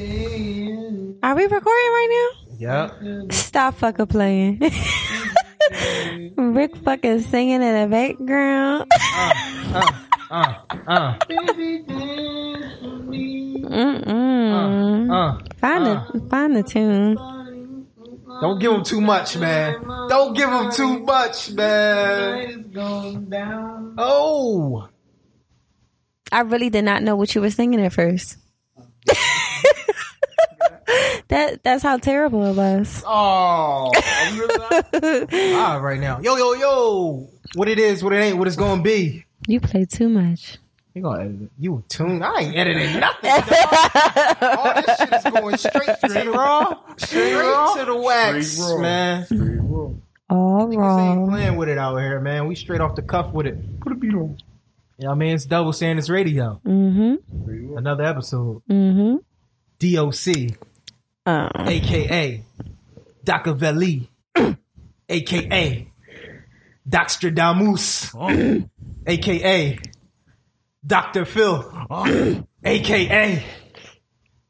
Are we recording right Yeah. now? Stop fucking playing. Mm-hmm. Rick fucking singing in the background. Uh, uh, uh, Mm-mm. uh. Find the find the tune. Don't give him too much, man. Don't give him too much, man. Oh. I really did not know what you were singing at first. that that's how terrible it was. Oh. Are we really live? Live right now. Yo, yo, yo. What it is, what it ain't, what it's going to be. you play too much. You gonna edit it. You a tune. I ain't editing nothing. dog. All this shit is going straight to the raw. Straight to the wax, Straight raw. man. All Niggas ain't wrong. playing with it out here, man. We straight off the cuff with it. You Put a beat on. know what I mean? It's Double Standards Radio. Mm-hmm. Another episode. Mm-hmm. DOC, Um, aka Docavelli, aka Doxtradamus, aka Dr. Phil, aka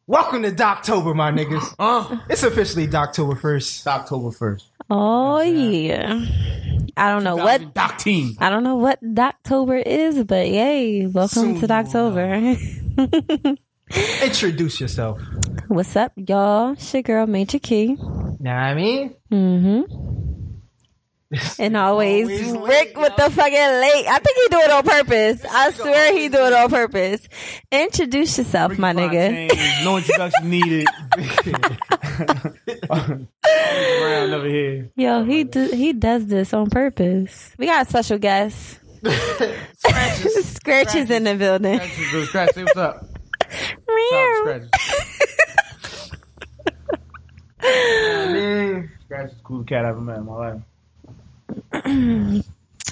Welcome to Doctober, my niggas. It's officially Doctober 1st. October 1st. oh yeah. I don't know what Doc team. I don't know what Doctober is, but yay, welcome Soon to Doctober. Introduce yourself. What's up, y'all? It's your girl Major Key. Know what I mean? Mm-hmm. And always, Always Rick with the fucking late. I think he do it on purpose. I swear he do it on purpose. Introduce yourself, my nigga. No introduction needed. Brown over here. Yo, he do, he does this on purpose. We got a special guest. Scratches. Scratches in the building. Scratches, bro. Scratch. Say what's up. Stop, scratches. Man. Scratch is the coolest cat I've ever met in my life.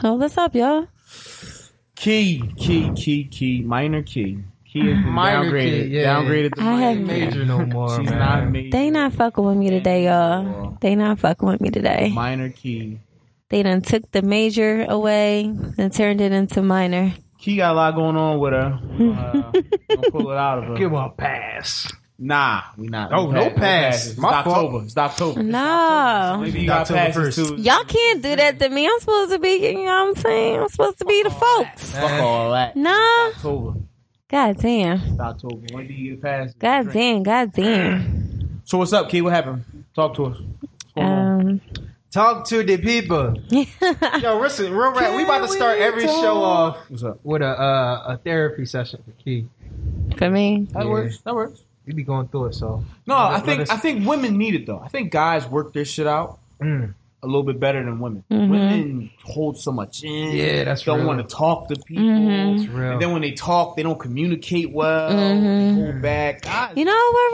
Oh, what's up, y'all? Key, key, key, key. Minor key. Key has been Minor key, downgraded. yeah. Downgraded to I minor. have- Major no more, She's man. not major. They not fucking with me today, y'all. They not fucking with me today. Minor key. They done took the major away and turned it into minor. Key got a lot going on with her. We're gonna, uh, gonna pull it out of her. Give him a pass. Nah, we not. Oh, no pass. It's My fault. October. It's October. No. Maybe you got October passes first. too. Y'all can't do that to me. I'm supposed to be, you know what I'm saying? I'm supposed to be the folks. Fuck all that. Nah. It's October. God damn. It's October. When do you get past? God damn. God damn. So what's up, Key? What happened? Talk to us. What's going on? Um, Talk to the people. Yo, listen, real rap. We about to start every show off What's up? with a uh, a therapy session for Key. for me. That Yeah. works. That works. We be going through it, so No, Let I us- let think us- I think women need it though. I think guys work their shit out mm. a little bit better than women. Mhm. Women hold so much in. Yeah, that's don't real. want to talk to people. Mhm. it's real. And then when they talk, they don't communicate well. Mhm. They hold back. Guys, You know what,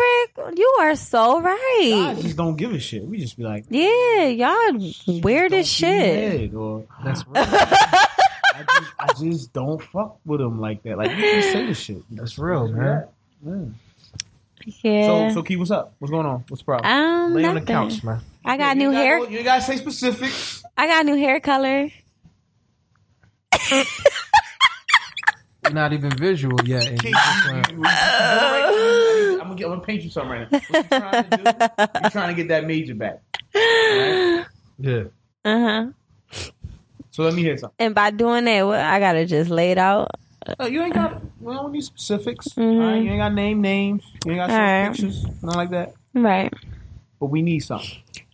Rick? You are so guys right. just don't give a shit. We just be like, Yeah, y'all weird as don't be shit. mad, or that's Uh, real. I just, I just don't fuck with them like that. Like you can say the shit. That's real, man. Yeah. So, so Key, what's up? What's going on? What's the problem? Um, Lay on the nothing. couch, man. I got new you hair. Gotta, you gotta say specific. I got new hair color. We're not even visual yet. and Key, you you- just you- went, you- you- I'm gonna get- I'm gonna paint you something right now. What you trying to do? You're trying to get that major back. Uh yeah. huh. So let me hear something. Uh-huh. And by doing that, what, I gotta just lay it out. Uh, you ain't got. We don't need specifics. Mhm. All right, you ain't got name names. You ain't got show All right. pictures. Nothing like that. Right. But we need something.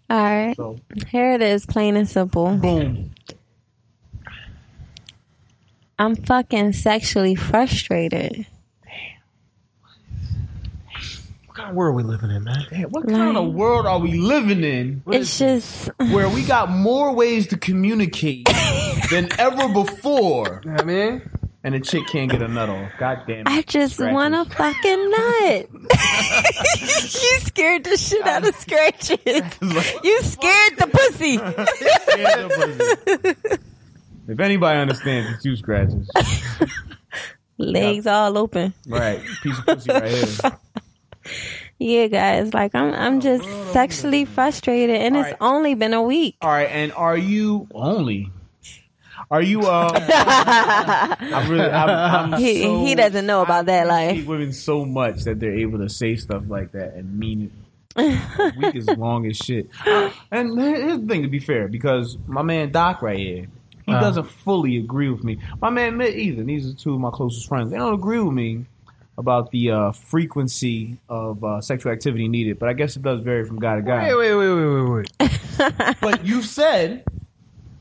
All right. So Here it is, plain and simple. boom. I'm fucking sexually frustrated. What kind of world we living in, man? Man, what kind of world are we living in? It's just where we got more ways to communicate than ever before. You know what I mean, And a chick can't get a nut off. God damn I just Scratches. want to fucking nut. you scared the shit out of scratches. You scared the pussy. if anybody understands, it's you scratches. Legs all open. Right. Piece of pussy right here. Yeah, guys. Like I'm, I'm just sexually frustrated, and it's Alright. only been a week. All right. And are you only? Are you? Uh, I'm really. I'm, I'm He- so- he doesn't know about that I life. appreciate Women so much that they're able to say stuff like that and mean it. Week is long as shit. Uh, And here's the thing, to be fair, because my man Doc right here, he Uh. doesn't fully agree with me. My man Mitt either. These are two of my closest friends. They don't agree with me about the uh, frequency of uh, sexual activity needed, but I guess it does vary from guy to guy. Wait, wait, wait, wait, wait, wait. But you said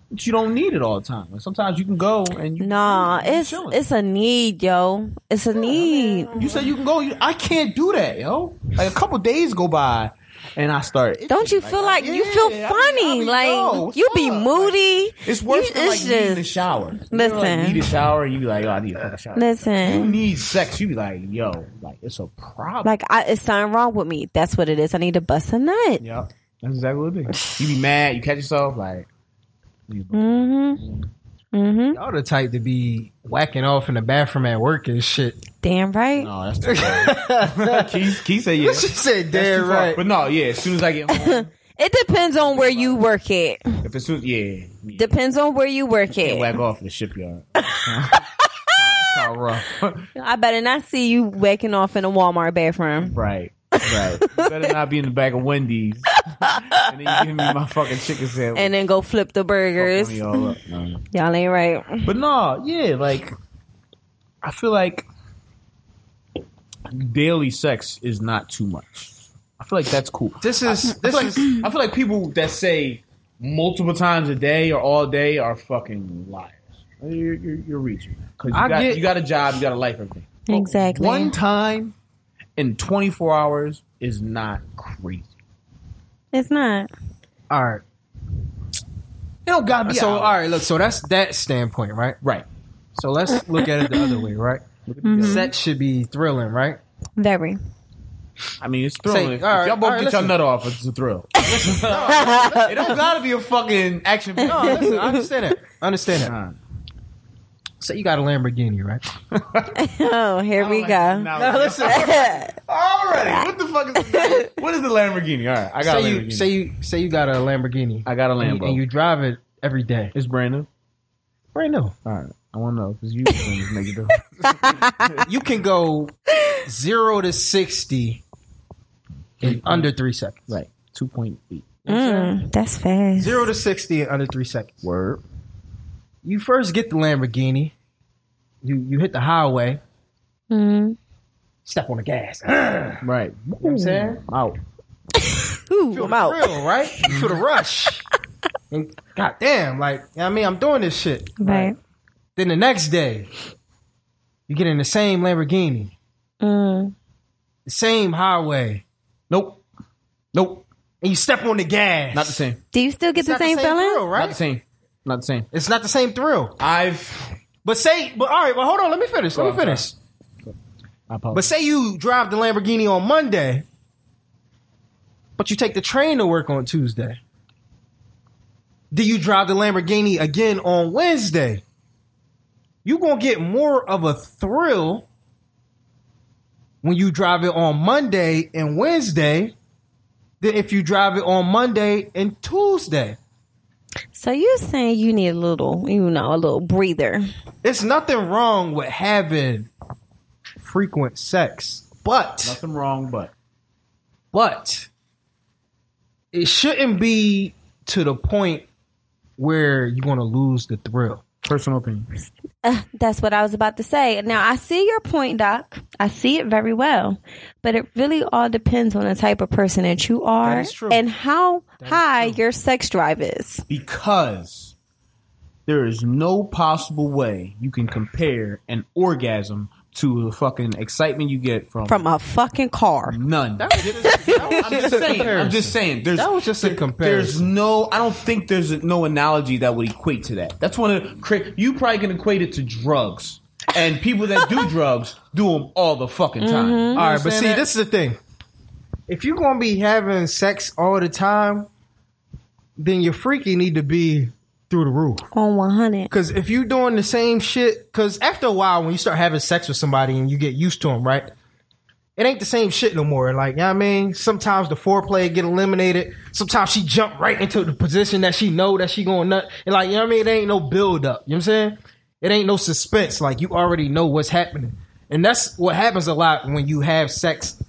that you don't need it all the time. Like sometimes you can go and you, No, you it's chilling. it's a need, yo. It's a need. You said you can go. You, I can't do that, yo. Like a couple days go by, and I start. Don't you feel like you feel Yeah, I be- I funny? be, like yo, what's you be up? moody. It's worse You- than like it's needing a just- shower. You know, like, Listen. need a shower, and you be like, oh, I need a fucking shower. You Listen, need sex, you be like, yo, like it's a problem. like I, it's something wrong with me. That's what it is. I need to bust a nut. yep, that's exactly what it is. You be mad, you catch yourself like. you- Mm-hmm. Mm-hmm. Y'all the type to be whacking off in the bathroom at work and shit. Damn right. No, that's too far. Keith, Keith said yeah. She said, That's "Damn too far. right." But no, yeah. As soon as I get home, It depends on where you work at. if it's soon, yeah, yeah. Depends on where you work Can't at. whack off in the shipyard. Nah, rough. I better not see you waking off in a Walmart bathroom. Right. Right. You better not be in the back of Wendy's. and then you give me my fucking chicken sandwich. And then go flip the burgers. Fuck me all up, man. Y'all ain't right. But no, yeah, like I feel like daily sex is not too much. I feel like that's cool. This is I this feel, is like, I feel like people that say multiple times a day or all day are fucking liars. You're, you're, you're reaching because you, I got- get- you got a job, you got a life, everything. Exactly. Oh, One time in 24 hours is not crazy. It's not. all right. It don't gotta be So hours. all right, look. So that's that standpoint, right? Right. So let's look at it the other way, right? Sex should be thrilling, right? Very. I mean, it's Say, thrilling. all right, if y'all both all right, get listen. your nut off, it's a thrill. it don't gotta be a fucking action. No, Oh, listen, I understand that. I understand that. Nah. So you got a Lamborghini, right? Oh, here we go. Now- Alrighty, what the fuck is the, what is the Lamborghini? All right, I got say a you Lamborghini. say you say you got a Lamborghini I got a and, Lambo. you- and you drive it every day. it's brand new. Right now, All right, I want to know because you things make it different. you can go zero to sixty in under three seconds. Right, two point eight Mm, that's fast. Zero to sixty in under three seconds. word. You first get the Lamborghini. You you hit the highway. Mm. Step on the gas. Right, You know what I'm saying? out. Ooh, I'm out. Real, right? You feel the rush. And goddamn, like, you know what I mean, I'm doing this shit. Right. Then the next day, you get in the same Lamborghini, Mm. the same highway, Nope, nope, and you step on the gas. not the same. Do you still get It's the not same, feeling? thrill, right? Not the same. Not the same. It's not the same thrill. I've. But say, but all right, but hold on, let me finish. Let Oh, me I'm finish. I But say you drive the Lamborghini on Monday, but you take the train to work on Tuesday. Do you drive the Lamborghini again on Wednesday? You're going to get more of a thrill when you drive it on Monday and Wednesday than if you drive it on Monday and Tuesday. So you're saying you need a little, you know, a little breather. It's nothing wrong with having frequent sex, but. nothing wrong, but but it shouldn't be to the point where you're going to lose the thrill. personal opinion. Uh, that's what I was about to say. Now I see your point, Doc. I see it very well, but it really all depends on the type of person that you are is true. and how high your sex drive is. because there is no possible way you can compare an orgasm to the fucking excitement you get from, From a fucking car. none. I'm I'm just saying. I'm just saying. There's That was just a there's comparison. no. I don't think there's no analogy that would equate to that. That's one of the, cra- you probably can equate it to drugs. And people that do drugs do them all the fucking time. You All right, but understand see, that? this is the thing. If you're going to be having sex all the time, then your freaky need to be through the roof. On 100. Because if you're doing the same shit, because after a while, when you start having sex with somebody and you get used to them, right? it ain't the same shit no more. Like, you know what I mean? Sometimes the foreplay get eliminated. Sometimes she jump right into the position that she know that she going nut. And like, you know what I mean? It ain't no build up. You know what I'm saying? It ain't no suspense. Like you already know what's happening. And that's what happens a lot when you have sex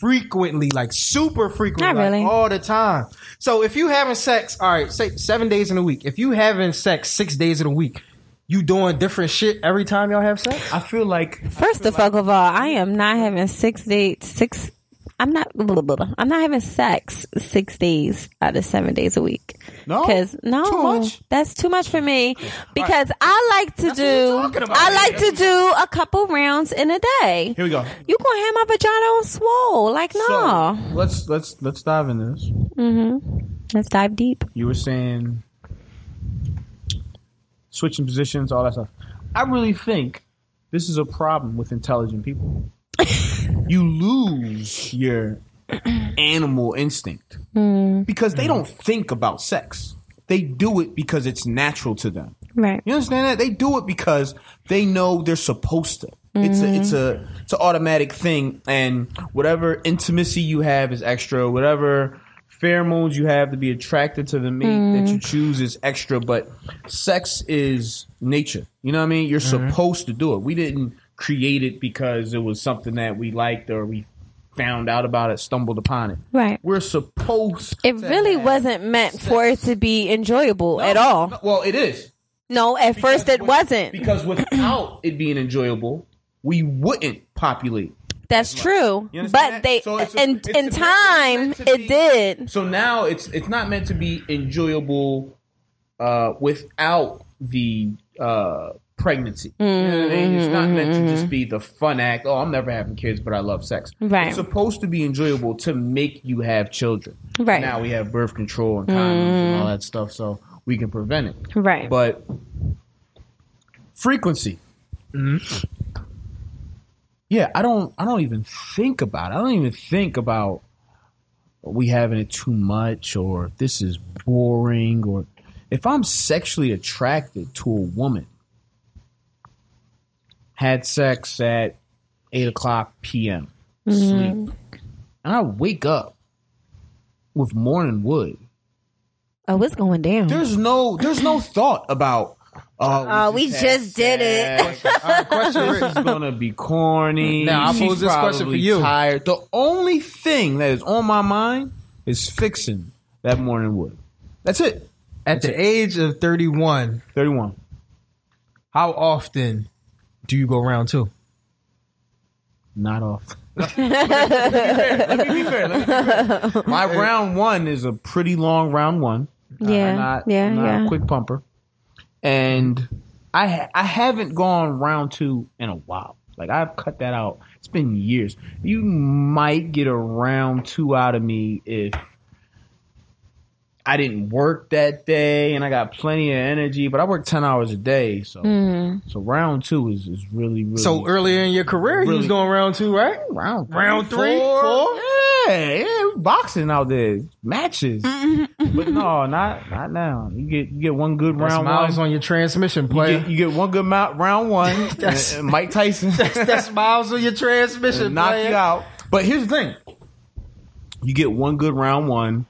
frequently, like super frequently, Not like, really. all the time. So if you having sex, all right, say seven days in a week. If you having sex six days in a week, you doing different shit every time y'all have sex? I feel like First of fuck of all, I am not having six dates. Six. I'm not. Blah, blah, blah. I'm not having sex six days out of seven days a week. No? because no, Too much? that's too much for me. Because I like to talking do. about. I like to do a couple rounds in a day. here we go. You gonna have my vagina on swole? Like no. So let's let's let's dive in this. Let's dive deep. You were saying switching positions, all that stuff. I really think this is a problem with intelligent people. you lose your animal instinct because they don't think about sex. They do it because it's natural to them. Right. You understand that? They do it because they know they're supposed to. It's a, it's a it's an automatic thing, and whatever intimacy you have is extra. Whatever pheromones you have to be attracted to the mate that Mm. you choose is extra. But sex is nature. You know what I mean? You're Mm-hmm. supposed to do it. We didn't create it because it was something that we liked or we found out about it, stumbled upon it. Right. We're supposed. It to really have- wasn't meant for it to be enjoyable at all. No, Well, it is. No, at first it with- wasn't. Because without it being enjoyable, we wouldn't populate. That's true. You understand But that? they, So it's a- in it's in a- time, it's meant to it be- did. So now it's it's not meant to be enjoyable uh, without the uh, pregnancy. You know what I mean? It's not meant to just be the fun act. Oh, I'm never having kids, but I love sex. Right. It's supposed to be enjoyable to make you have children. Right. Mm-hmm. Now we have birth control and condoms and all that stuff, so we can prevent it. Right. But frequency. Yeah, I don't. I don't even think about. It. I don't even think about we having it too much or this is boring or if I'm sexually attracted to a woman, had sex at eight o'clock p.m. sleep, and I wake up with morning wood. oh, it's going down. There's no there's no thought about oh Oh, we just did it. This is gonna be corny. Now, I'll She's pose this question probably for you. Tired. The only thing that is on my mind is fixing that morning wood. That's it. At the age of 31, Thirty one. how often do you go round two? Not off. let me be fair. Let me be fair. Let me be fair. My round one is a pretty long round one. yeah. I'm not, yeah. I'm not yeah. a quick pumper. And I ha- I haven't gone round two in a while. Like I've cut that out. It's been years. You might get a round two out of me if I didn't work that day and I got plenty of energy, but I work ten hours a day, so Mm-hmm. so round two is, is really really So earlier in your career, you was Really? going round two, right? round Round three, four. four? Yeah, yeah, we boxing out there, matches. Mm-hmm. but no, not not now. You get you get one good That's round miles one. on your transmission, player. you, get, you get one good mou- round one. That's- and- and Mike Tyson That's miles on your transmission, knock player. you out. But here's the thing: you get one good round one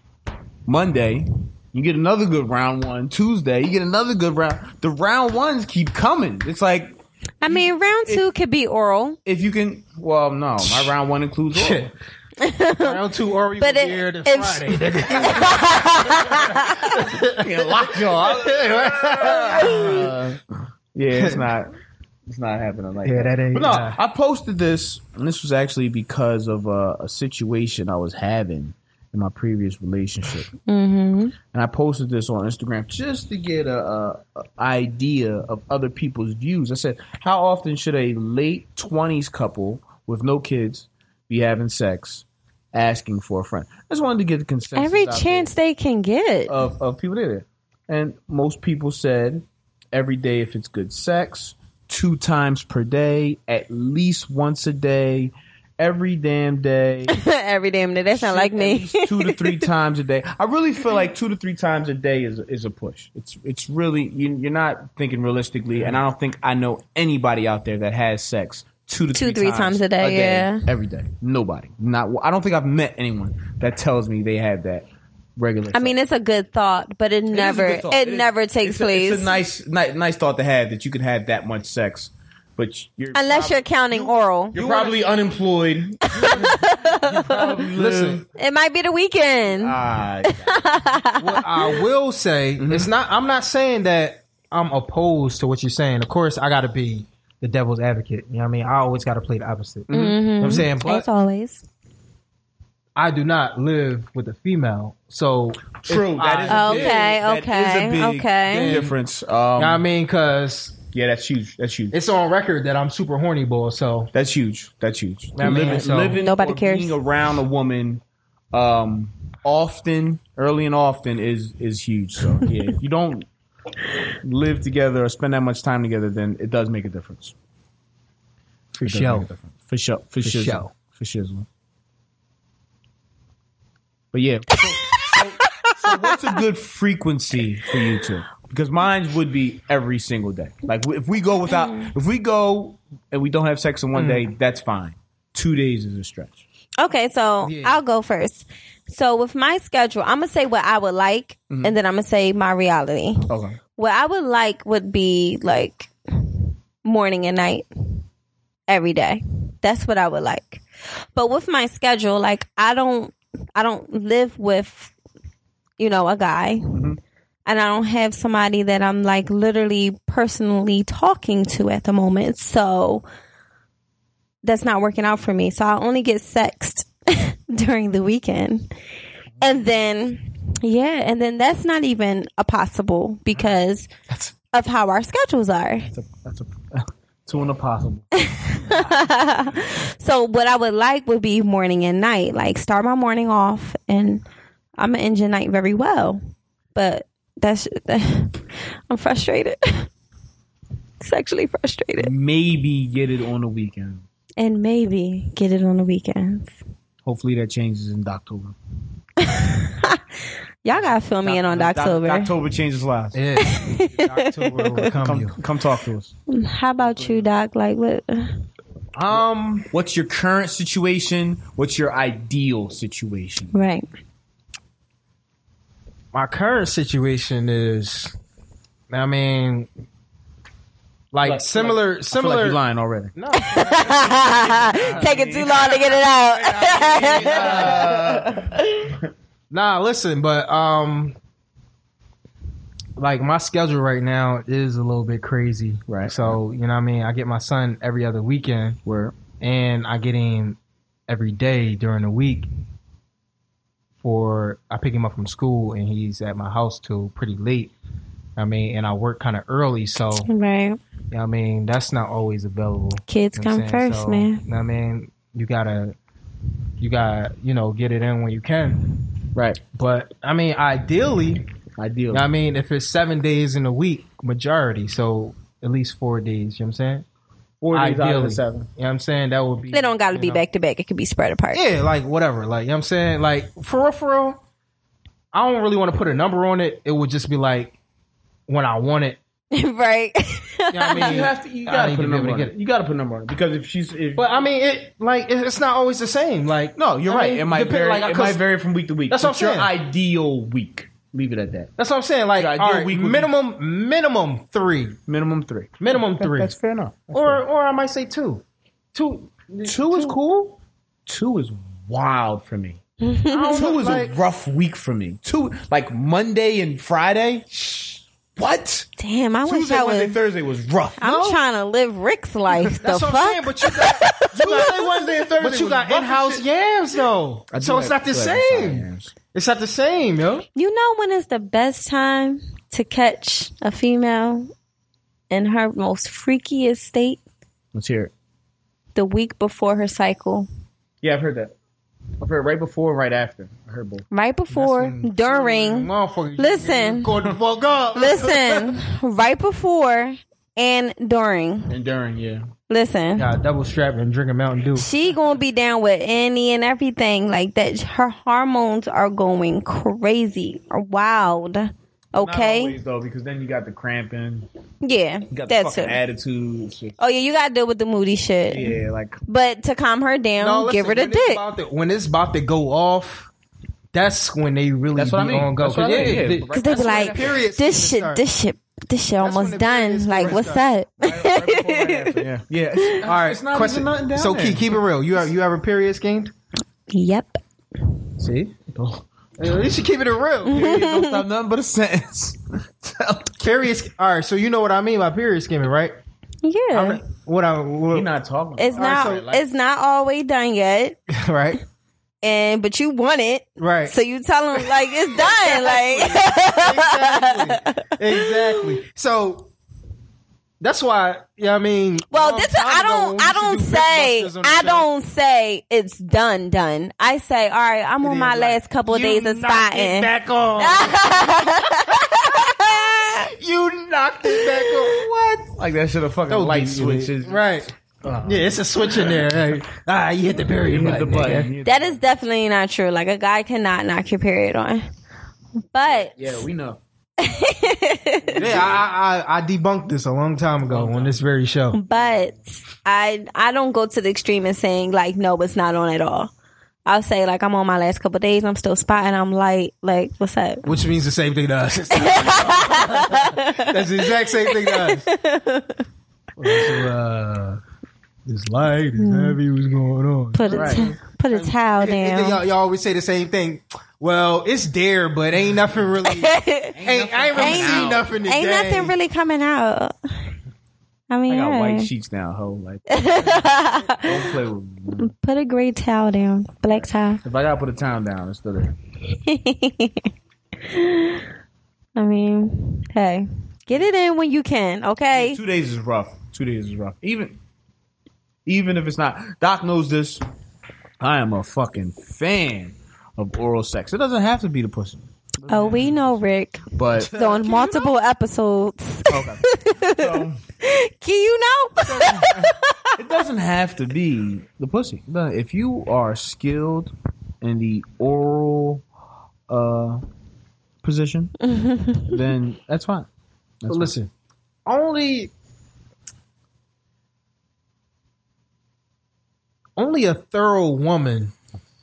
Monday. You get another good round one Tuesday. You get another good round. The round ones keep coming. It's like I mean, round two could be oral, if you can. Well, no, my round one includes all. Shit. round two, or you But but it- here to if- Friday. nigga. Yeah, lockjaw. Uh, yeah, it's not. It's not happening like Yeah, that ain't- But no, nah. Uh, I posted this, and this was actually because of uh, a, a situation I was having in my previous relationship, mm-hmm. and I posted this on Instagram just to get a, a, a idea of other people's views. I said, "How often should a late twenties couple with no kids be having sex?" Asking for a friend. I just wanted to get the consensus. every out there Uh, chance they can get. of, of people did it. And most people said every day if it's good sex, two times per day, at least once a day, every damn day. every damn day. That sound like At me. least two to three times a day. I really feel like two to three times a day is is a push. It's it's really you, you're not thinking realistically, and I don't think I know anybody out there that has sex two to Two, three three times a day, yeah. every day. Nobody, not I don't think I've met anyone that tells me they have that regular. I mean, it's a good thought, but it, It is a never good it, thought. is- never it's takes a- place It's a nice, nice, nice thought to have that you could have that much sex, but you're unless you're counting oral. You're probably unemployed. Listen, it might be the weekend. Ah, what I will say, Mm-hmm. it's not. I'm not saying that I'm opposed to what you're saying. Of course, I got to be the devil's advocate. You know what I mean? I always got to play the opposite. Mm-hmm. You know what I'm saying, As but always. I do not live with a female, so true. That is a big- Okay, that okay, is a big okay. Difference. Um, you know what I mean, because yeah, that's huge. That's huge. it's on record that I'm super horny, boy. So That's huge. That's huge. I mean, living, so- living Nobody or cares. Being around a woman, um, often, early and often is is huge. So yeah, if you don't live together or spend that much time together, then it does make a difference. for It does make a difference. For sure. For, shizzle. sure. For shizzle. But yeah. So, so, so what's a good frequency for you two? Because mine would be every single day. Like if we go without, if we go and we don't have sex in one day, that's fine. Two days is a stretch. Okay, so Yeah. I'll go first. So with my schedule, I'm gonna say what I would like, and then I'm gonna say my reality. Okay. What I would like would be like morning and night every day. That's what I would like. But with my schedule, like I don't, I don't live with, you know, a guy, and I don't have somebody that I'm like literally personally talking to at the moment. So that's not working out for me. So I only get sexed during the weekend. And then, yeah, and then that's not even a possible because of how our schedules are. That's a, that's a two and a possible. So what I would like would be morning and night. Like start my morning off, and I'm an engine night very well. But that's I'm frustrated, sexually frustrated, Maybe get it on the weekend. and maybe get it on the weekends. Hopefully that changes in October. Y'all gotta fill me in on October. October changes lives. Yeah, October will come Come, you. come talk to us. How about you, Doc? Like what? Um, What's your current situation? What's your ideal situation? Right. my current situation is, I mean, like Like- similar, I feel like similar. you're lying already. no, Taking too long to get it out. Nah, listen, but um like my schedule right now is a little bit crazy. Right. So, you know what I mean? I get my son every other weekend Where? and I get him every day during the week for I pick him up from school and he's at my house till pretty late. I mean, and I work kind of early, so you right. know what I mean, that's not always available. Kids You know come what I'm saying? first, So, man. you know what I mean, you gotta, you gotta, you know, get it in when you can. Right. But I mean, ideally, Ideal. I mean, if it's seven days in a week, majority, so at least four days. You know what I'm saying? Four days out of Ideally. the seven. You know what I'm saying? That would be. They don't gotta you be know. back to back. It could be spread apart. Yeah, like whatever. Like you know what I'm saying? Like for real, for real. I don't really want to put a number on it. It would just be like when I want it. right. You know what I mean? You have to. You I gotta need put a to be able number to on get it. You gotta put a number on it because if she's, if, But I mean, it like it- it's not always the same. Like no, you're I right. mean, it might depend- vary. like, I it could- might vary from week to week. That's what What's I'm Your ideal week. Leave it at that. That's what I'm saying. Like, Your ideal all right, week would be- minimum, minimum three, Minimum three. minimum three, That's fair enough. or or I might say two. Two, two, is cool. Two is wild for me. I don't Two know, was like, a rough week for me. Two, like Monday and Friday. What? Damn, I wish Tuesday, I Wednesday, was. Thursday was rough. I'm No. trying to live Rick's life. the that's what fuck? I'm saying. But you got, you got Wednesday, and Thursday but you was got rough in-house yams though, I do so it's like- not the I do like the same. Science. It's not the same, yo. You know when is the best time to catch a female in her most freakiest state? Let's hear it. The week before her cycle. Yeah, I've heard that. I've heard right before, right after. I heard both. Right before, during, Motherfucker, Listen. go the fuck up. listen, right before and during. And during, yeah. Listen. Got double strap and drinking Mountain Dew. She gonna be down with any and everything like that. Her hormones are going crazy or wild. Okay. Not always though, because then you got the cramping, yeah. you got the That's fucking it. attitude. It's just- Oh yeah, you gotta deal with the moody shit. yeah, like But to calm her down, No, listen, give her the when it's dick. about to- when it's about to go off, that's when they really That's be what I mean. on go. That's what I mean, yeah. they- Right Cause they be that's when like, the period's this gonna shit, start. this shit, this shit when almost the done. period's Like, gonna what's start. up? yeah, yeah. It's, All right, it's not question. even nothing down so there. keep keep it real. You have you have a period schemed? yep. See, you should keep it Mm-hmm. real. don't stop nothing but a sentence. period. All right, so you know what I mean by period scheming, right? I'm Yeah. not- What I what, You're not talking. It's All right, not. so, like- it's not always done yet. right And but you want it, right so you tell them like it's done. Like exactly exactly. So that's why yeah, I mean. Well, long this time I ago when we used to don't I don't do say Mythbusters on the I show- don't say it's done done. I say all right. I'm on is my like, last couple of You days of knocked it spotting. Back on. you knocked it back on. What? like that should have fucking light switches. Oh. Right. yeah, it's a switch in there. Like, ah, you hit the period. Hit the button, nigga. button. that is definitely not true. Like a guy cannot knock your period on. But Yeah, we know. Yeah, I, I I debunked this a long time ago on this very show. but I I don't go to the extreme and saying like no, it's not on at all. I'll say like I'm on my last couple of days. I'm still spotting. I'm like like what's up? Which means the same thing to us. That's the exact same thing to us. So, uh, this light is heavy. What's going on? Put a Right. t- put a towel down. Y'all, y'all always say the same thing. Well, it's there, but ain't nothing really. ain't, I ain't really Ain't- seen nothing today. Ain't nothing really coming out. I mean, I got white yeah. sheets now, ho. Like, don't play with me. man. put a gray towel down, black towel. If I gotta put a time down, it's still there. I mean, hey, get it in when you can, okay? Two days is rough. Two days is rough. Even, even if it's not, Doc knows this. I am a fucking fan of oral sex. It doesn't have to be the pussy, Oh, we know Rick. but So on multiple episodes, okay. So, can you know? it doesn't have to be the pussy. No, If you are skilled in the oral uh, position, then that's fine. But That's fine. listen, only only a thorough woman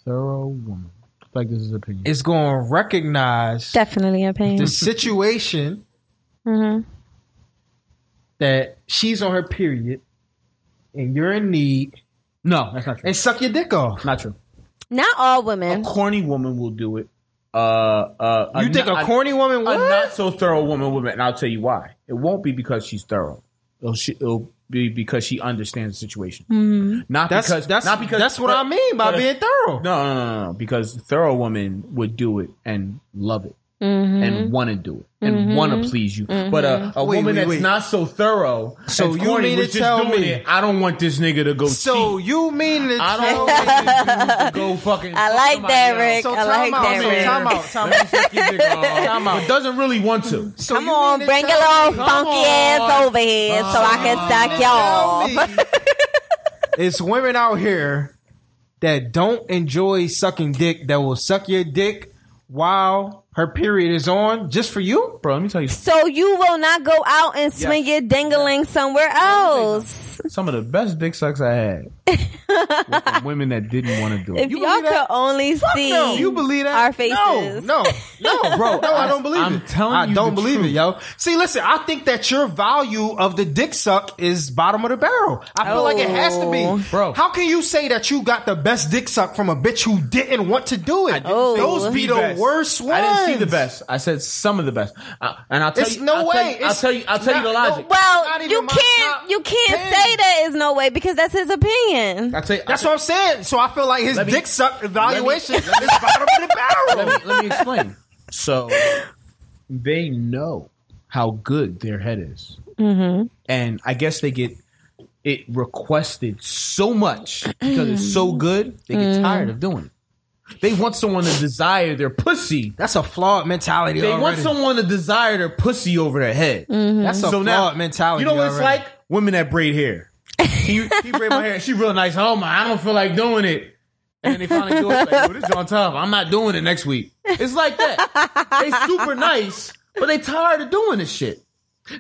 thorough woman. I feel Like this is opinion. is going to recognize Definitely a pain. the situation Mhm. that she's on her period and you're in need No, that's not true. and suck your dick off. Not true. Not all A women. corny woman will do it. Uh, uh, You think no- a corny woman a would? not so thorough woman will, and I'll tell you why. It won't be because she's thorough. It'll, she, it'll be because she understands the situation. Mm-hmm. Not That's because that's not because that's what but- I mean by but- being thorough. No, no, no, no, no. Because thorough woman would do it and love it Mm-hmm. Mhm. and want to do it and Mm-hmm. want to please you. But a, a Wait, woman wait, that's wait. not so thorough, So that's you corny, mean was to just tell doing me- it, I don't want this nigga to go. So cheat. you mean to I tell don't me- want this dude to go fucking. I fuck like somebody that, else. Rick. So I like time out, that, so Rick. time out, time Let me out. suck your dick off. Time out. But doesn't really want to. So Come you on, mean to bring your tell me- little funky ass over here so I can suck y'all. it's women out here that don't enjoy sucking dick that will suck your dick while her period is on just for you. Bro, let me tell you So you will not go out and swing your dingling somewhere else. some of the best dick sucks I had. were from women that didn't want to do If it. you all believe could that? only see No, you believe that? our faces. No, no, no, bro. No, I, I- don't believe I'm it. telling I you don't the believe truth. it, yo. See, listen, I think that your value of the dick suck is bottom of the barrel. I feel like it has to Oh. be, Bro. How can you say that you got the best dick suck from a bitch who didn't want to do it? Oh. Those be the best. worst ones. I didn't see the best. I said some of the best. Uh, and I'll tell It's you. no I'll way. Tell you, I'll It's tell you. I'll tell you the not- no- logic. Well, Not you even my can't top you can't 10. say that is no way because that's his opinion. I'll tell you. That's what I'm saying. So I feel like his Let me- dick suck evaluation let me- is bottom of the barrel. let, me, let me explain. So they know how good their head is, Mm-hmm. and I guess they get it requested so much because it's Mm. so good they get tired of doing it. They want someone to desire their pussy. That's a flawed mentality. They want already. someone to desire their pussy over their head. That's a So flawed now mentality. You know what it's Oh, already. like? Women that braid hair. He, he braid my hair. She real nice. Oh my, I don't feel like doing it. And then they finally do it. Like, well, this is on top. I'm not doing it next week. It's like that. They super nice, but they tired of doing this shit.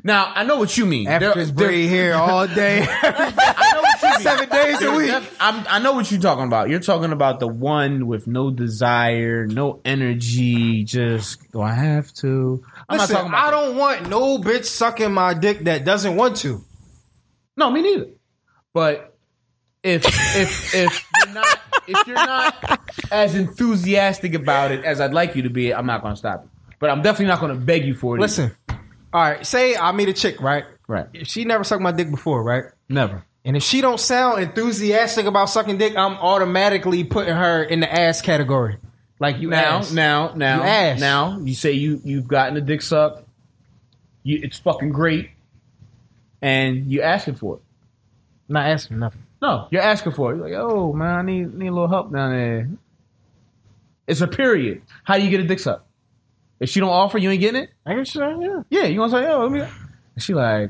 Now I know what you mean. They're- Africans they're- breed here all day, I know what you mean. seven days a There's week. def- I'm, I know what you're talking about. You're talking about the one with no desire, no energy. Just do I have to? I'm Listen, not talking about. I that. don't want no bitch sucking my dick that doesn't want to. No, me neither. But if if if you're not if you're not as enthusiastic about it as I'd like you to be, I'm not going to stop you. But I'm definitely not going to beg you for it. Listen, all right. Say I meet a chick, right? right? If she never sucked my dick before, right? Never. And if she don't sound enthusiastic about sucking dick, I'm automatically putting her in the ass category. Like you Now, ass. now, now, You ass. now. You say you you've gotten a dick suck. You, it's fucking great, and you asking for it. not asking nothing. No, you're asking for it. You're like, oh man, I need need a little help down there. It's a period. How do you get a dick suck? If she don't offer, you ain't getting it. I guess uh, yeah. Yeah, you gonna say, yo, let me. And she like,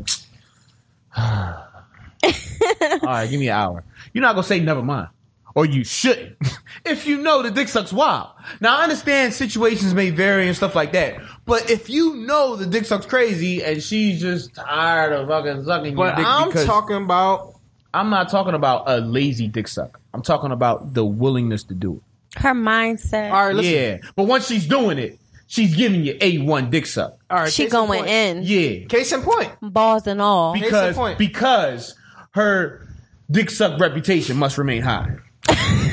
all right, give me an hour. You're not gonna say never mind, or you shouldn't, if you know the dick sucks wild. Now I understand situations may vary and stuff like that, but if you know the dick sucks crazy and she's just tired of fucking sucking your But dick, I'm because- talking about I'm not talking about a lazy dick suck. I'm talking about the willingness to do it. Her mindset. all right. Listen, Yeah, but once she's doing it, she's giving you a one dick suck. all right. she case in going point. in, Yeah, Case in point. balls and all. in because point. because her dick suck reputation must remain high.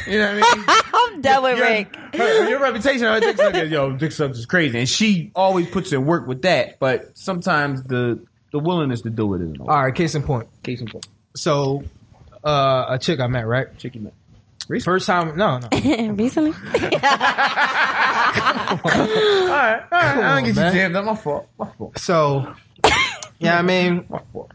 You know what I mean? I'm done with Your- Rick. her- your reputation on dick suck is yo, dick sucks is crazy, and she always puts in work with that. But sometimes the the willingness to do it isn't. All right. Case in point. Case in point, So, uh, a chick I met, right? chicken man. First time. No, no. Recently, All right, all right. I on, don't get man. you jammed. That's my fault. My fault. So, yeah, I mean, My fault.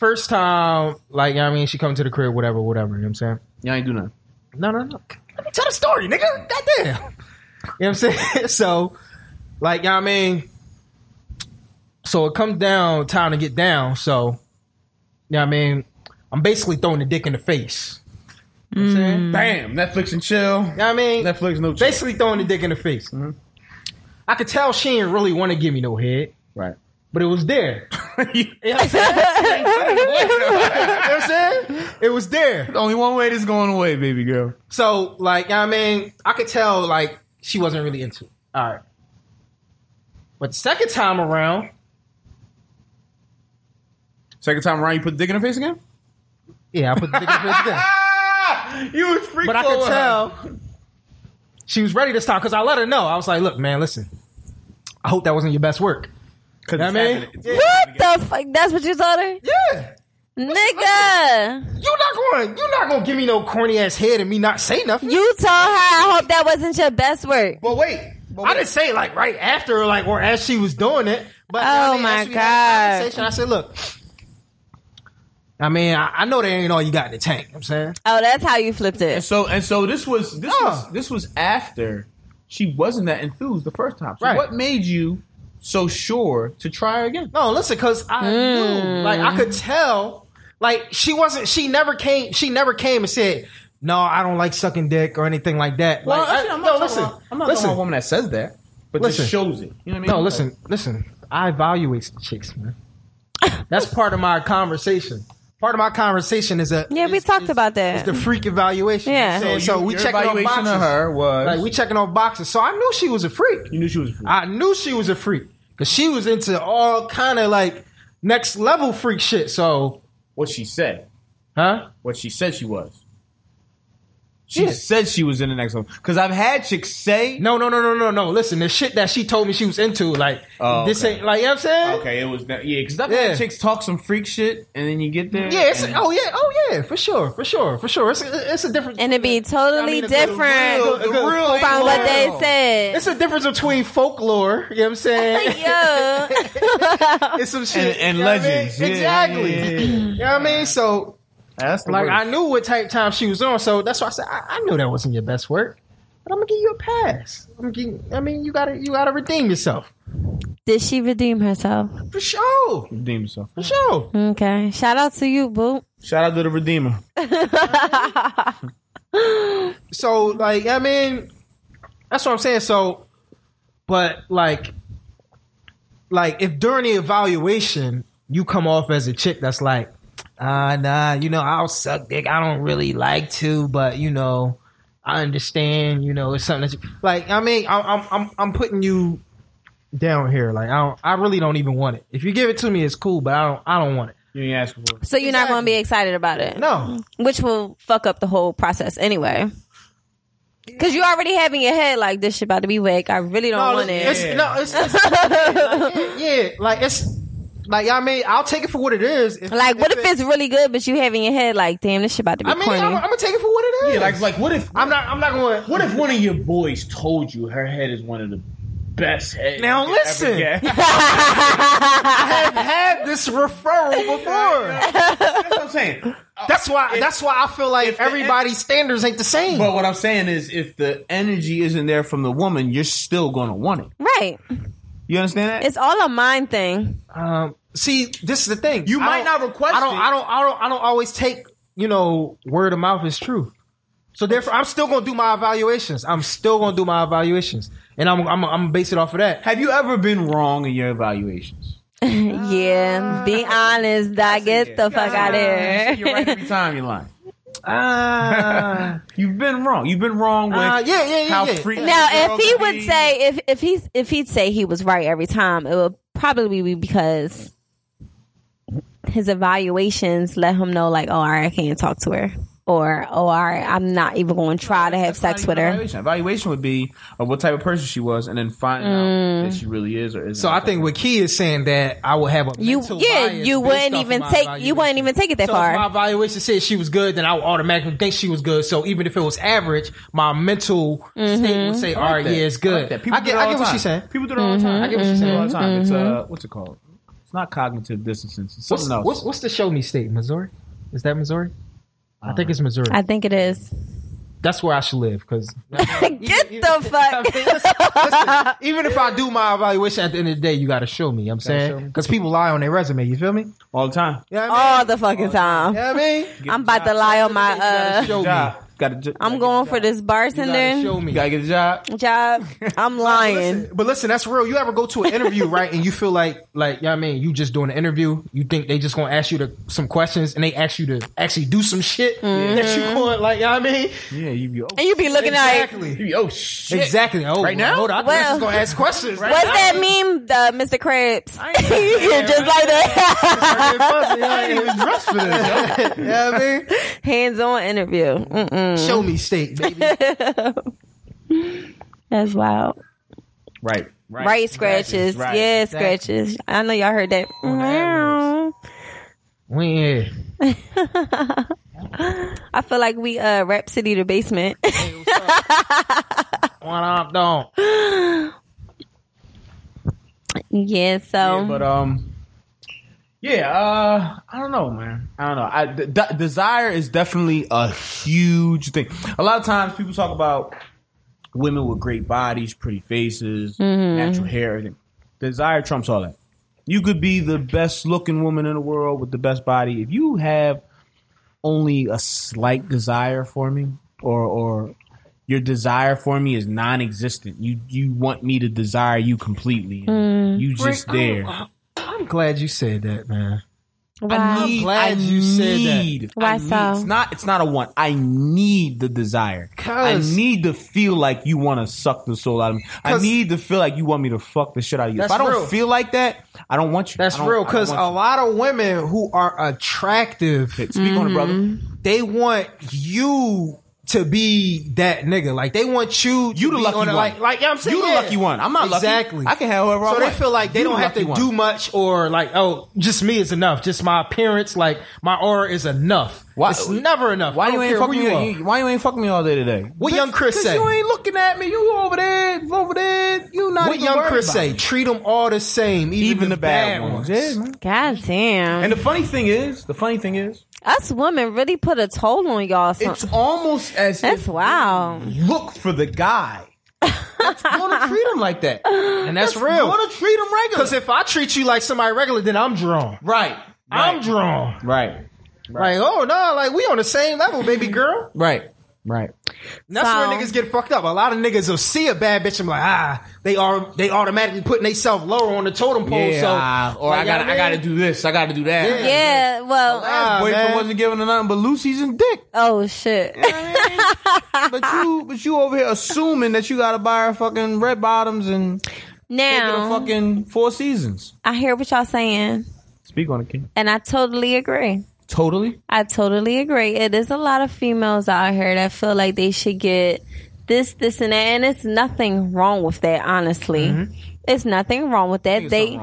first time, like, you know what I mean, she come to the crib, whatever, whatever. You know what I'm saying? Y'all ain't do nothing. No, no, no. Let me tell the story, nigga. Goddamn. You know what I'm saying? So, like, you know what I mean? So it comes down, time to get down. So, you know what I mean? I'm basically throwing the dick in the face. You know what I'm saying? You Bam, Netflix and chill. know what I mean? Netflix, no chill. Basically throwing the dick in the face. I could tell she didn't really want to give me no head, Right. but it was there. You know what I'm saying? You know what I'm saying? It was there. Only one way this going away, baby girl. So, like, you know what I mean, I could tell, like, she wasn't really into it. All right. But the second time around, Second time around, you put the dick in her face again. yeah, I put the dick in the face again. Ah, you was freaking. But I could tell she was ready this time because I let her know. I was like, look, man, listen, I hope that wasn't your best work. You know what I mean? Yeah. what the fuck? That's what you told her, yeah. nigga. You're not going to, you're not going to give me no corny ass head and me not say nothing. You told her. I hope that wasn't your best work. But wait, I didn't say like right after, like or as she was doing it. But I Oh, mean, my as we had God. the conversation, I said, look, I mean, I, I know that ain't all you got in the tank. You know what I'm saying, Oh, that's how you flipped And it. so and so this was this Oh. was this was after she wasn't that enthused the first time. So Right. What made you so sure to try her again? no, listen, because I Hmm. knew, like, I could tell, like, she wasn't. She never came. She never came and said. No, I don't like sucking dick or anything like that. Well, like, I- actually, I'm not no, talking listen, about- I'm not talking listen, about a woman that says that, but Listen. just shows it. You know what I mean? no, Like, listen, listen. I evaluate chicks, man. That's part of my conversation. Part of my conversation is that Yeah, we is- talked is- about It's that. the freak evaluation. Yeah. So, you- so we your checking off evaluation boxes. of her was Like we checking off boxes. So I knew she was a freak. you knew she was a freak. I knew she was a freak because she was into all kind of like next level freak shit. So what she said. huh? what she said she was. She Yeah. said she was in the next one because I've had chicks say No, no, no, no, no, no. Listen, the shit that she told me she was into, like Oh, this okay. ain't like you know what I'm saying. Okay, it was that. Yeah, because I've Yeah. had chicks talk some freak shit and then you get there. Yeah, it's, and- oh yeah, oh yeah, for sure, for sure, for sure. It's a, it's a difference. And it'd be totally I mean, the- the real- different the real from what they world. said. It's a difference between folklore, you know what I'm saying? Yo. it's some shit. And- and you know what I mean? legends. Yeah, Exactly. yeah, yeah, yeah. You know what I mean? So that's the Like worst. I knew what type of time she was on, so that's why I said I, I knew that wasn't your best work. But I'm gonna give you a pass. I'm getting, I mean, you gotta you gotta redeem yourself Did she redeem herself? for sure, redeem yourself. for sure. Okay. Shout out to you, boo. Shout out to the redeemer. So like I mean, that's what I'm saying. So, but like like if during the evaluation you come off as a chick that's like, ah, nah, you know, I'll suck dick. I don't really like to, but you know, I understand. You know, it's something that's like. I mean, I, I'm I'm I'm putting you down here. Like, I don't, I really don't even want it. If you give it to me, it's cool, but I don't I don't want it. You ain't asking for it. So you're not going to be excited about it. No, Which will fuck up the whole process anyway. Because you already have in your head, like, this shit about to be whack. I really don't no, want it. it's, no, it's, it's- yeah, like it's like I mean, I'll take it for what it is. like, what if it- it's really good, but you have in your head, like, damn, this shit about to be I mean, corny. I'm, I'm gonna take it for what it is. Yeah, like like what if I'm not. I'm not going. what if one of your boys told you her head is one of the best heads? Now you could ever listen. get? That's I've had this referral before. what I'm saying. That's why. that's why I feel like the- everybody's standards ain't the same. But what I'm saying is, if the energy isn't there from the woman, you're still gonna want it. right. You understand that? It's all a mind thing. um, see, this is the thing. You I might don't- not request I don't, it. I don't. I don't. I don't always take. You know, word of mouth is truth. So therefore, I'm still gonna do my evaluations. I'm still gonna do my evaluations, and I'm I'm I'm gonna base it off of that. Have you ever been wrong in your evaluations? Ah. yeah. Be honest. I get the fuck out of here. You're right every time you're lying. Ah, You've been wrong. You've been wrong with Ah, yeah, yeah, yeah. how yeah. free. Now, if he would say if if he's if he'd say he was right every time, it would probably be because his evaluations let him know, like, oh, all right, I can't talk to her, or oh, all right, I'm not even going to try to have sex with her. Evaluation. evaluation would be of what type of person she was, and then find Mm. out that she really is or isn't. So I think what Key is saying that I would have a You, mental yeah, bias you based wouldn't off of even my take you evaluation. wouldn't even take it that So if my far. evaluation said she was good, then I would automatically think she was good. So even if it was average, my mental Mm-hmm. state would say, "All right, yeah, it's I good." I, like that. People do get, it I all get the what time. she's saying. People do it all the time. I get what she's saying all the time. It's uh, what's it called? It's not cognitive distancing. It's something What's, else. what's, what's the show me state? Missouri? Is that Missouri? I think it's Missouri. I think it is. That's where I should live because Get the fuck. even if I do my evaluation at the end of the day, you got to show me. you know what I'm saying because people lie on their resume. You feel me? all the time. Yeah, All the fucking time. I mean, I'm about to lie on my. gotta uh show me. Job. Got to. I'm going for this You gotta bartender show me. Gotta get a job. job. I'm lying. Listen, but listen, that's real. You ever go to an interview, right? And you feel like, like, you know what I mean, you just doing an interview. You think they just gonna ask you to, some questions, and they ask you to actually do some shit that you going, like, you know what I mean? Yeah, you be. Oh, And you be looking at like, Exactly. You- Oh shit. Exactly. Oh, Right now? hold on. I thought Well- this was gonna ask questions. Right? what's that meme, the Mr. Krabs? ain't saying Just like that. I didn't even dress for this. yo. You know what I mean? Hands on interview. Mm-mm. Show me state, baby. That's wild. right. Right, scratches. Right. Yeah, Exactly. scratches. I know y'all heard that. average. We ain't here. I feel like we uh Rhapsody the basement. One up, don't. yeah, so Yeah, but um, yeah. Uh, I don't know, man. I don't know. I d- d- desire is definitely a huge thing. A lot of times people talk about women with great bodies, pretty faces, natural hair, everything. Desire trumps all that. You could be the best looking woman in the world with the best body. If you have only a slight desire for me, or or your desire for me is non-existent. You you want me to desire you completely. Mm-hmm. mm, You just there. oh, I'm glad you said that, man. wow. I need, glad you said that. need- Why I need- so? It's not. It's not a want. I need the desire. I 'Cause- need to feel like you want to suck the soul out of me. I 'Cause- need to feel like you want me to fuck the shit out of you. If That's I don't real. feel like that, I don't want you. I That's don't- real I don't because want a you. lot of women who are attractive, Speak on it, brother. they want you to be that nigga. Like they want you. To You the be lucky on a- one. Like, like yeah, I'm saying You the yeah. lucky one. I'm not lucky. exactly. I can have whoever I So they want. feel like they You don't the have to lucky do one. much or like oh just me is enough. Just my appearance, like my aura is enough. Why- it's never enough. I Why don't you ain't care who fucking you me? are. you- Why you ain't fucking me all day today? What young Chris Cause say? You ain't looking at me. You over there, over there. You not What even young worried Chris about say? me. Treat them all the same, even, Even the bad ones. Yeah, man. God damn. And the funny thing is, the funny thing is, Us women really put a toll on y'all. Some- it's almost as That's if wow. look for the guy. That's gonna treat him like that. and that's, real. Gonna treat him regular. Because if I treat you like somebody regular, then I'm drawn. right, I'm drawn. right, Like, oh no, like we on the same level, baby girl. right. Right. And that's where So- niggas get fucked up. A lot of niggas will see a bad bitch and be like, ah, they are they automatically putting themselves lower on the totem pole. Yeah. so ah, or I like, gotta, y'all I gotta mean? do this. I gotta do that. Yeah. Yeah, well, Ah, Boyfriend man. wasn't giving her nothing but Lucy's and dick. oh shit. But you, but you over here assuming that you gotta buy her fucking red bottoms and get her Now fucking Four Seasons. I hear what y'all saying, Speak on it, King. and I totally agree. Totally. I totally agree. It is a lot of females out here that feel like they should get this, this, and that, and it's nothing wrong with that. Honestly, it's nothing wrong with that. They,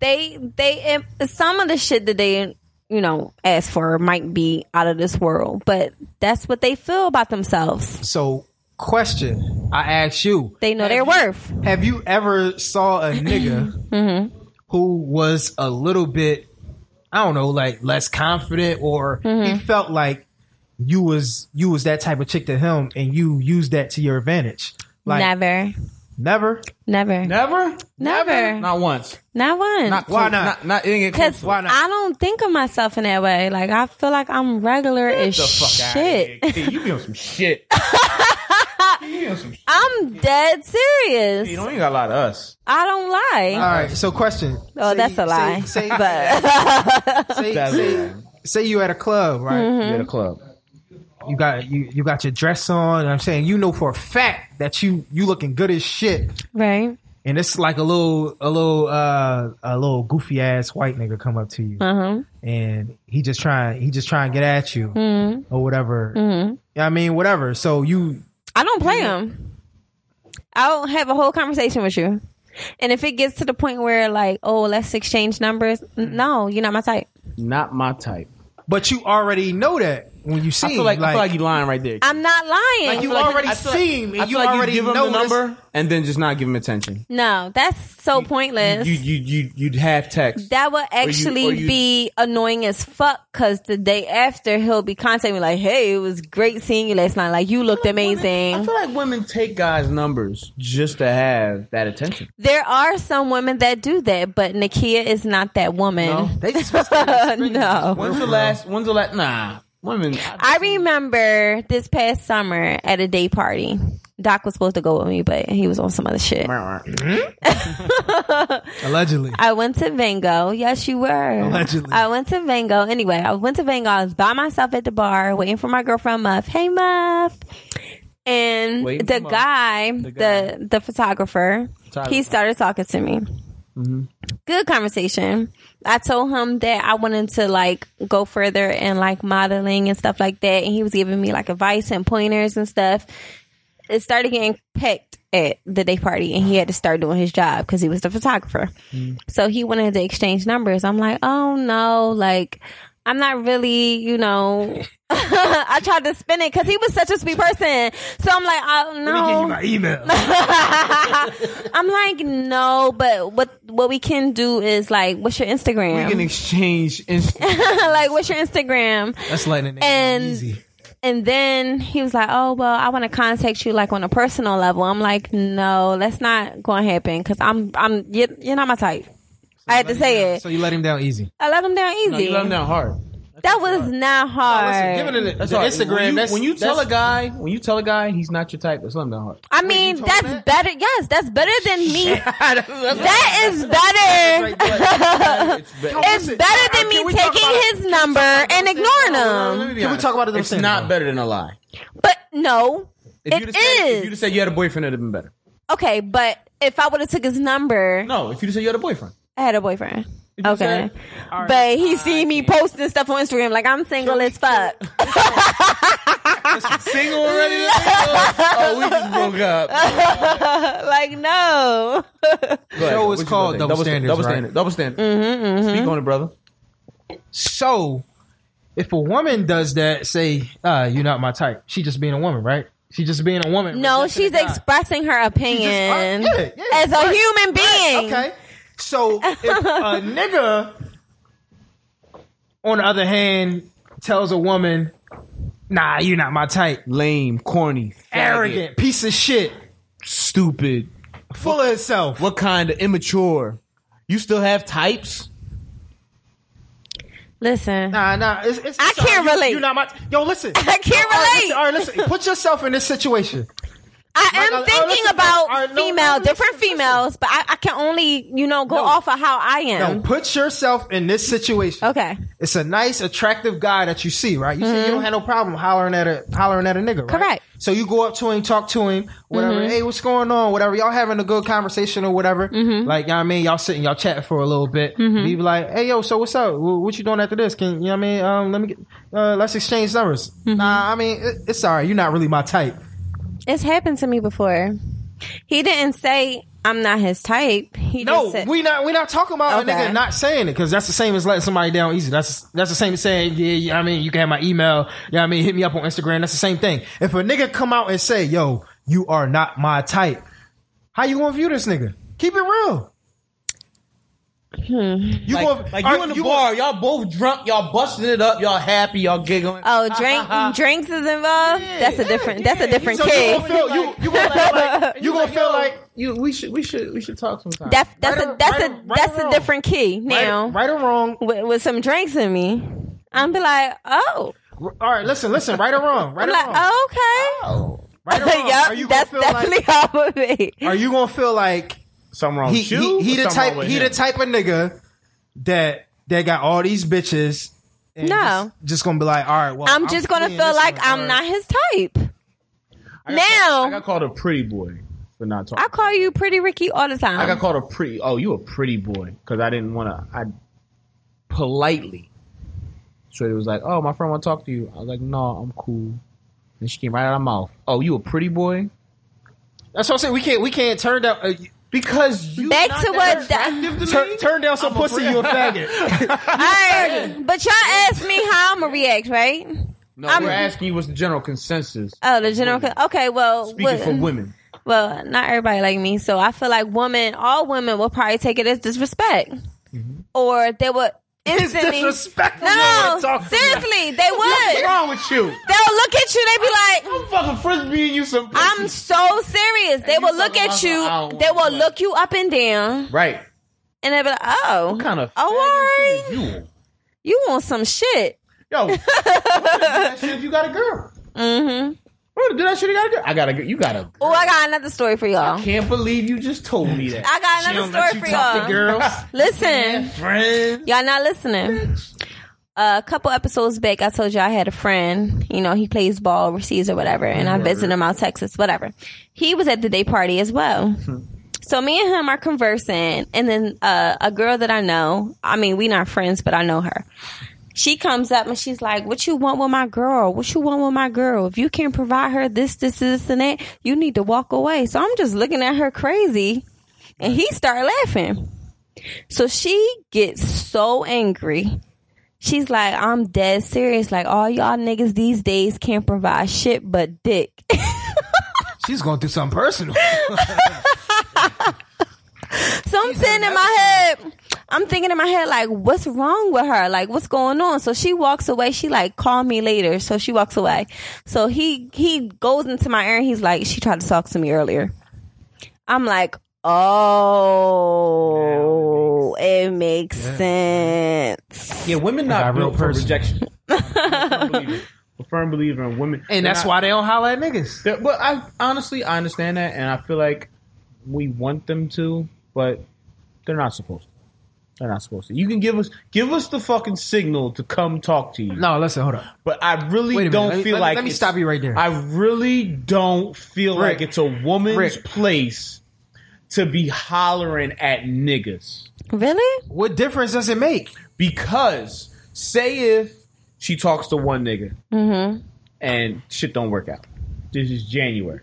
they, they, if- some of the shit that they, you know, ask for might be out of this world, but that's what they feel about themselves. So question, I ask you, They know their worth. have you ever saw a nigga Mm-hmm. who was a little bit, I don't know, like less confident or Mm-hmm. he felt like you was you was that type of chick to him and you used that to your advantage? Like never, never? never, Never. never, Not once. not one. Not Why close. not? Not, not it didn't get close. Cause Why not? I don't think of myself in that way. Like I feel like I'm regular as shit. you be on some shit. you be on some shit. I'm dead You serious. don't even got a lot of us. I don't All lie. right, so question. Oh, Uh, Say- that's a lie. Say, say, but say, say, say you at a club, right? Mm-hmm. You're at a club. You got you, you got your dress on. and I'm saying you know for a fact that you you looking good as shit, right. and it's like a little a little uh a little goofy ass white nigga come up to you, Uh huh. and he just trying he just trying to get at you Mm-hmm. or whatever. Mhm. Yeah, I mean whatever. So you I don't play Mm-hmm. them. I'll have a whole conversation with you, and if it gets to the point where like, oh, let's exchange numbers. Mm-hmm. n- No, you're not my type. Not my type. but you already know that when you see I feel like, like, I feel like you lying right there. I'm not lying. you like- already I feel like- seen him, I and you feel like already you give him know the this- number and then just not give him attention. no, that's so pointless. You you you you'd have text. That would actually or you- be annoying as fuck because the day after he'll be contacting me like, hey, it was great seeing you last night. Like, you looked amazing. I feel like women take guys' numbers just to have that attention. there are some women that do that, but Nakia is not that woman. No. they just no. When's the last? When's the last? Nah, women. I remember this past summer at a day party. Doc was supposed to go with me, but he was on some other shit. allegedly. I went to Vango. Yes, you were. Allegedly. I went to Vango. Anyway, I went to Vango. I was by myself at the bar waiting for my girlfriend Muff. Hey Muff. And Waiting the for Muff. guy, the guy. the photographer, he started talking to me. Mm-hmm. Good conversation. I told him that I wanted to like go further and like modeling and stuff like that, and he was giving me like advice and pointers and stuff. It started getting pecked at the day party, and he had to start doing his job because he was the photographer. Mm. So he wanted to exchange numbers. I'm like, oh no, like I'm not really, you know. I tried to spin it because he was such a sweet person. So I'm like, oh no. email. I'm like, no, but what what we can do is like, what's your Instagram? We can exchange. Inst- like, what's your Instagram? That's letting it And- easy. And then he was like, oh well, I want to contact you like on a personal level. I'm like, no, that's not going to happen because I'm I'm you're, you're not my type. I had to say it. So you let him down easy. I let him down no, easy. you let them down hard. that was not hard. That's the hard. Instagram, When you, that's- when you tell that's- a guy, when you tell a guy he's not your type, that's let him down hard. I mean, told that's him that? better. Yes, that's better than me. that is better. It's better. it's better than me taking his number and ignoring him. Can we talk about it? It's not better than a lie. But no, If it you'd is have said, if you'd have said you had a boyfriend, it'd have been better. okay. But if I would have took his number, No, if you'd have said you had a boyfriend, I had a boyfriend. Did you Okay, say? but he see me posting stuff on Instagram like I'm single as fuck. single already. oh, we just broke up. like no, The show is called Double Standards, Double right? standard. Double standard. Mm-hmm, Speak on it, brother. So, if a woman does that, say, uh, "You're not my type," she just being a woman, right? She just being a woman. no, rejecting she's a guy. expressing her opinion She's just- uh, yeah, yeah, as a right, human being. Okay. So if a nigga, on the other hand, tells a woman, "Nah, you're not my type," Lame, corny, faggot, arrogant, piece of shit, stupid. full of itself. What kind of immature? You still have types? Listen, Nah, nah. It's, it's, I it's all right. can't You- relate. You're not my. Yo, listen. I can't All right, listen, relate. all right, listen. Put yourself in this situation. I am all right, thinking listen, about all right, no, no, female, listen, different listen. females, but I, I can only, you know, go No. off of how I am. No, put yourself in this situation. Okay, It's a nice, attractive guy that you see, right? You say you don't have no problem hollering at a hollering at a nigga, right? Correct. So you go up to him, talk to him, whatever. Hey, what's going on? Whatever. Y'all having a good conversation or whatever. Like, you know what I mean? Y'all sitting, y'all chatting for a little bit. You be like, hey, yo, so what's up? Wh- What you doing after this? Can you know what I mean? Um, let me get, uh, let's exchange numbers. Nah, I mean, it, it's all right. You're not really my type. it's happened to me before. He didn't say I'm not his type. He No, just said, we not we not talking about Okay. a nigga not saying it because that's the same as letting somebody down easy. That's that's the same as saying yeah, yeah. I mean, you can have my email. Yeah, I mean, hit me up on Instagram. That's the same thing. If a nigga come out and say, "Yo, you are not my type," how you gonna view this nigga? Keep it real. Hmm. You gonna Like are- you in the bar, y'all both drunk, y'all busting it up, y'all happy, y'all giggling. "Oh, drink, drinks is involved. that's a different. that's a different So you kid. gonna feel you you gonna feel like you gonna feel like you. We should we should we should talk sometime. That's that's Right a or- that's right a or- right that's or a wrong? different key now right or wrong. with, with some drinks in me. I'm be like, oh, All right, listen, listen. Right or wrong. Right I'm or like, wrong. okay, Right or wrong. Are you gonna yep, that's feel like- definitely how it would be. Are you gonna feel like? Something wrong he, with you? he, he or the something wrong type with he him? the type of nigga that that got all these bitches. And No. just, just gonna be like, all right, well, I'm just gonna fleeing feel this like one, I'm all not right. his type. I got called- now- I got called a pretty boy for not talking. I call you Pretty Ricky all the time. I got called a pretty. Oh, you a pretty boy because I didn't want to. I politely. So it was like, oh, my friend want to talk to you. I was like, no, I'm cool. And she came right out of my mouth. Oh, you a pretty boy? That's what I'm saying. We can't we can't turn down uh, Because you Back not to that what the- attractive to turn, me? turn down some I'm a pussy. friend. You a faggot. All right, but y'all asked me how I'm gonna react, right? No, I'm- we're asking you what's the general consensus. Oh, the general. Okay, well, Speaking for what- women, well, not everybody like me, so I feel like women, all women, will probably take it as disrespect, Mm-hmm. or they would It's instantly. disrespectful. No, Yo, it's all- seriously, they what's would. wrong with you? They'll look at you. They be like, I'm fucking frisbeeing you some. "I'm so serious." They you will look talking at about I you. don't They will want to- look you up and down, right. and they be like, "Oh, What kind of oh, all faggot right, shit is you? you want some shit?" Yo, why would you do that shit if you got a girl. Mm-hmm. Why would you do that shit if you got a girl. I got a girl. You got a girl. Oh, I got another story for y'all. Can't believe you just told me that. I got another story for y'all. Listen, Friends. y'all not listening. A couple episodes back, I told you I had a friend. You know, he plays ball overseas or whatever, and I visited him out Texas, whatever. He was at the day party as well. So me and him are conversing, and then uh, a girl that I know. I mean, we not friends, but I know her. She comes up and she's like, "What you want with my girl? What you want with my girl? If you can't provide her this, this, this, and that, you need to walk away." So I'm just looking at her crazy, and he started laughing. So she gets so angry. She's like, I'm dead serious. Like, all y'all niggas these days can't provide shit but dick. She's going through something personal. so I'm sitting in my head, I'm thinking in my head, like, what's wrong with her? Like, what's going on? So she walks away. She like, call me later. So she walks away. So he, he goes into my ear and he's like, she tried to talk to me earlier. I'm like, oh, it makes sense. Yeah, women not got real built for person. rejection. I'm a firm believer. A firm believer in women, and that's I- why they don't holler at niggas. they're- But I honestly, I understand that, and I feel like we want them to, but they're not supposed to. They're not supposed to. You can give us give us the fucking signal to come talk to you. No, listen, hold up. But I really Wait a minute. don't Let me- feel let me- like let me it's- stop you right there. I really don't feel Rick. like it's a woman's Rick. place to be hollering at niggas Really? What difference does it make? because say if she talks to one nigga Mm-hmm. and shit don't work out. This is January.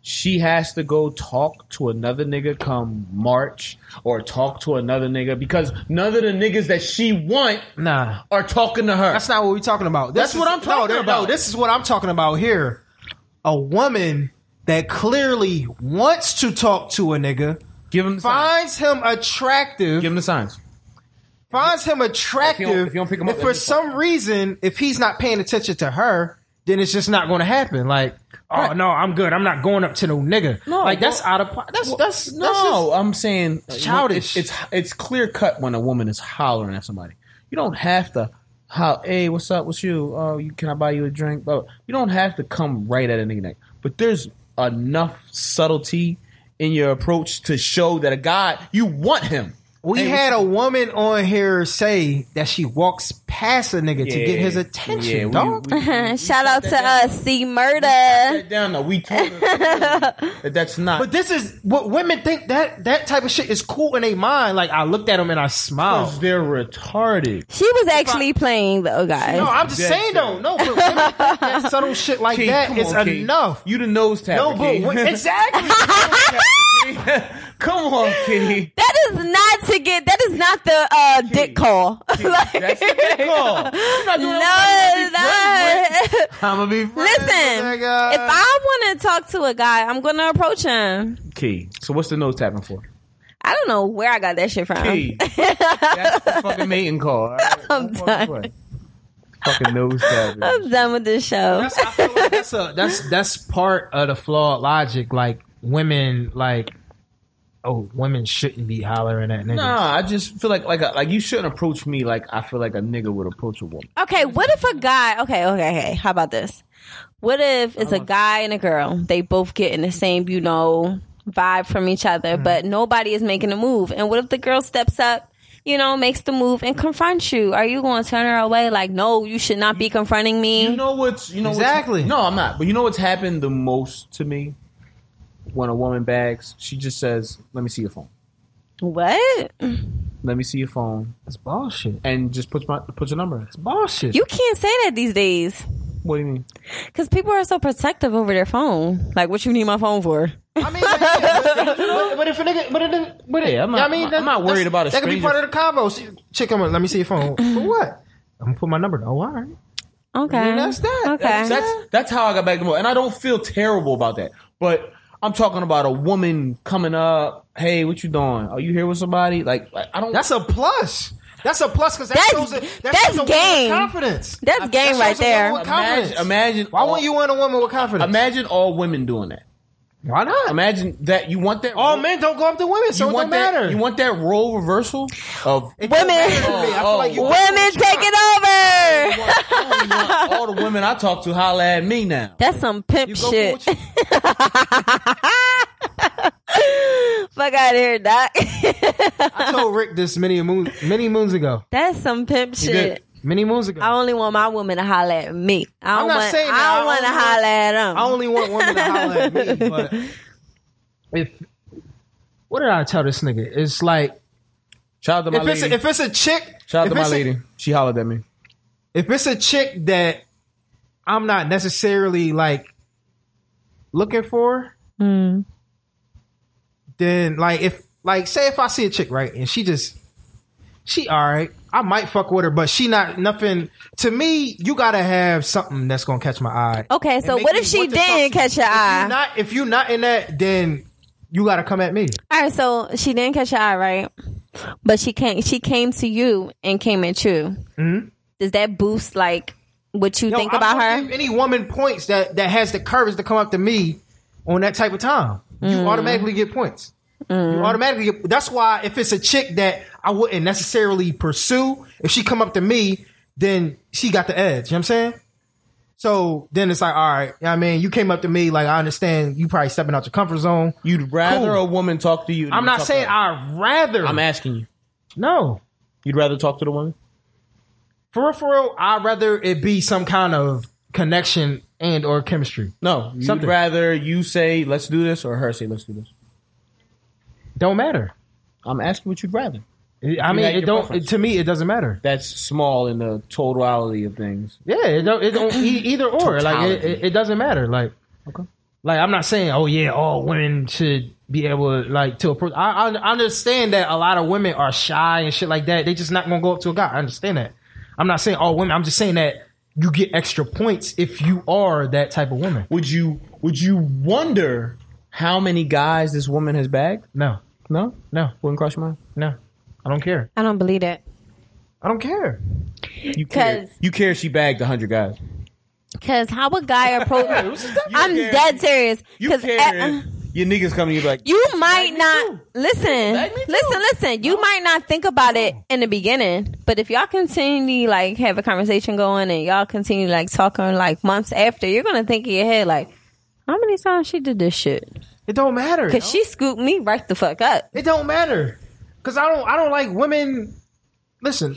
She has to go talk to another nigga come March or talk to another nigga because none of the niggas that she want Nah, are talking to her. that's not what we're talking about. This That's what I'm talking no, about. No, this is what I'm talking about here. A woman that clearly wants to talk to a nigga. give him the finds signs. him attractive. Give him the signs. finds him attractive. If you don't- if you don't pick him and up, for that's some reason, if he's not paying attention to her, then it's just not going to happen. Like, oh Right. no, I'm good. I'm not going up to no nigga. No, like that's well- out of po- that's that's no. I'm saying childish. It's it's, it's clear cut when a woman is hollering at somebody. You don't have to how hey, what's up? What's you? Oh, you can I buy you a drink? But you don't have to come right at a nigga neck. But there's enough subtlety in your approach to show that a guy you want him. We Hey, had a woman on here say that she walks past a nigga to get his attention, Yeah, we- dog. we- we- we Shout out to shut that us, C down. Murder. Shut that down. though. we told her that that's not. But this is what women think that that type of shit is cool in their mind. Like I looked at him and I smiled. they're retarded. She was actually playing No, though, guys. I'm just That's saying though. No, but women think that subtle shit like Key, that come is on, Key. enough. You the nose tap. No, but when- exactly. come on, Kitty. That is not to get. That is not the uh, dick call. like, That's the big call. You're not doing no, no. I'm gonna be Listen, if I want to talk to a guy, I'm going to approach him. Key. So what's the nose tapping for? I don't know where I got that shit from. Key. That's the fucking mating call. all right? I'm Don't done. fucking play. Fucking nose tapping. I'm done with this show. That's, I feel like that's, a, that's that's part of the flawed logic. Like women, like oh, women shouldn't be hollering at niggas. Nah, I just feel like like a, like you shouldn't approach me like I feel like a nigga would approach a woman. Okay, what if a guy? Okay, okay, okay. How about this? What if it's Uh-huh. a guy and a girl? They both getting the same, you know, vibe from each other, Mm-hmm. but nobody is making a move. And what if the girl steps up, you know, makes the move and confronts you? Are you going to turn her away? Like, no, you should not be confronting me. You know what's you know what's- Exactly. no, I'm not. But you know what's happened the most to me when a woman bags, she just says, "Let me see your phone. what? Let me see your phone," That's bullshit. and just puts my puts a number. in. It's bullshit. You can't say that these days What do you mean? because people are so protective over their phone. Like, what you need my phone for? I mean, like, but, but if a nigga, but it, but it, Yeah, I'm I not- mean, I'm that- not worried that's- about a That could be stranger. part of the combo. She- Chick, I'm gonna, let me see your phone. For what? I'm gonna put my number. down. Oh, all right. Okay, that's that. Okay, That's Uh-huh. that's, that's how I got back to more, and I don't feel terrible about that. But I'm talking about a woman coming up. Hey, what you doing? Are you here with somebody? Like, like I don't. That's a plus. That's a plus because that That's- shows a, that that's shows a woman game. with confidence. That's game that's right also there. what- imagine. confidence. Imagine. Why all- wouldn't you want a woman with confidence? Imagine all women doing that. Why not? Imagine that you want that. All men don't go up to women, You so it want don't that, matter. You want that role reversal of It don't Women. matter to me. I feel like you- women take it over. I don't want all the women I talk to holla at me now. That's some pimp You go for what shit. you- Fuck out of here, Doc. I told Rick this many moons, many moons ago. That's some pimp shit. Many moons ago. I only want my woman to holler at me. I I'm don't not want. saying I that. don't I want to only want- holler at them. I only want women to holler at me, but if what did I tell this nigga? It's like Shout out to my if it's lady. a, if it's a chick, Shout out if to my it's a- lady. She hollered at me. if it's a chick that I'm not necessarily like looking for, Mm. then like if like say if I see a chick right and she just she all right, I might fuck with her, but she not nothing. To me, you gotta have something that's gonna catch my eye. Okay, And Oh, so make what me if she want to talk to didn't you. catch your If you eye? not if you not in that, then you gotta come at me. All right, so she didn't catch your eye, right? But she came. She came to you and came at you. Mhm. Does that boost like what you Yo, think I about don't her? give Any woman points that that has the courage to come up to me on that type of time, Mm. you automatically get points. You automatically get. That's why if it's a chick that I wouldn't necessarily pursue, if she come up to me, then she got the edge. You know what I'm saying? So then it's like, all right, you know what I mean, you came up to me, like I understand you probably stepping out your comfort zone. You'd rather Cool. a woman talk to you. than I'm you not talk saying to her. I'd rather. I'm asking you. no. You'd rather talk to the woman? For real, for real, I'd rather it be some kind of connection and or chemistry. No. You'd Something. rather you say let's do this or her say let's do this. Don't matter. I'm asking what you'd rather. I mean, got it your don't. preference. It, to me, it doesn't matter. That's small in the totality of things. Yeah, it don't. It don't e- either or. Like it, it, it doesn't matter. Like Okay. Like I'm not saying, oh yeah, all women should be able to, like to approach. I, I I understand that a lot of women are shy and shit like that. They just not gonna go up to a guy. I understand that. I'm not saying all women. I'm just saying that you get extra points if you are that type of woman. Would you would you wonder how many guys this woman has bagged? No, No? no, Wouldn't cross your mind? no. I don't care. I don't believe that. I don't care. You care. 'Cause- You care she bagged 100 guys. Cause how would guy approach? You I'm care- dead serious. You Cause care. e- you your niggas come to you like, You might not listen. Listen, listen. You might not think about it in the beginning, but if y'all continue like have a conversation going and y'all continue like talking like months after, you're gonna think in your head like, how many times she did this shit? It don't matter. Cause she scooped me right the fuck up. Uh, It don't matter. Cause I don't I don't like women listen,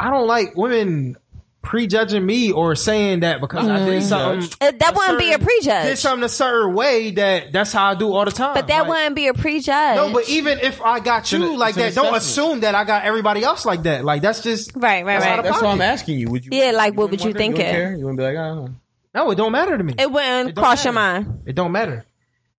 I don't like women prejudging me or saying that because I did something Uh, That wouldn't be a certain- did prejudge, something a certain way that that's how I do all the time. but that Like, wouldn't be a prejudge. No, but e- even if I got you an- like it's an that, don't assessment. assume that I got everybody else like that. Like that's just right, right, out right. of that's why I'm pocket. asking you. Would you? Yeah, like, what would you wonder? think wouldn't it- care? You wouldn't be like, oh. no, it don't matter to me. It, it wouldn't It don't cross your matter. mind. don't matter.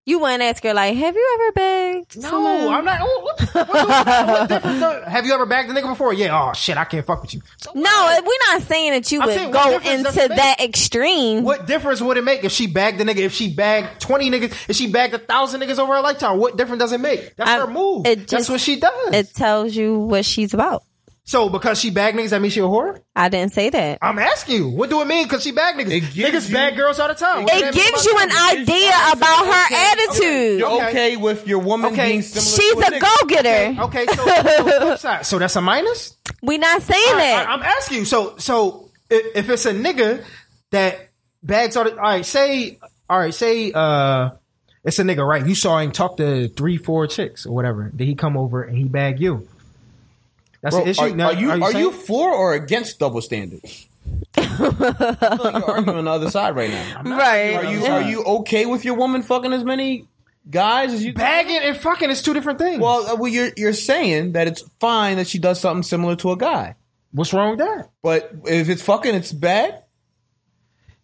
You wouldn't ask her like, "Have you ever begged?" someone? No, I'm not. Oh, what, what, what, what difference does- have you ever bagged a nigga before? Yeah. Oh shit, I can't fuck with you. No, we're not saying that you I'm would saying what go difference does into it make? that extreme. What difference would it make if she bagged a nigga? If she bagged twenty niggas? If she bagged a thousand niggas over her lifetime? What difference does it make? That's I- her move. it That's just- what she does. It tells you what she's about. so because she bagged niggas, that means she a whore. I didn't say that. I'm asking you. What do it mean? Because she bagged niggas. It gives Niggas you- bag girls all the time. What does It that mean gives about you an that? idea about her attitude. You're okay. Okay. with your woman Okay. being similar? She's to a go getter. Okay, so, so, flip side. so that's a minus. We're not saying I, that. am asking you. So so if, if it's a nigga that bags all the all right, say all right, say uh it's a nigga, right? You saw him talk to three, four chicks or whatever. Then he come over and he bag you. That's Bro, an issue. Are, Now, are you are you, saying- for or against double standards? I feel like you're arguing on the other side right now. Right. Are you are you okay with your woman fucking as many guys as you? bagging and fucking is two different things? Well, uh, well, you're you're saying that it's fine that she does something similar to a guy, what's wrong with that? but if it's fucking, it's bad.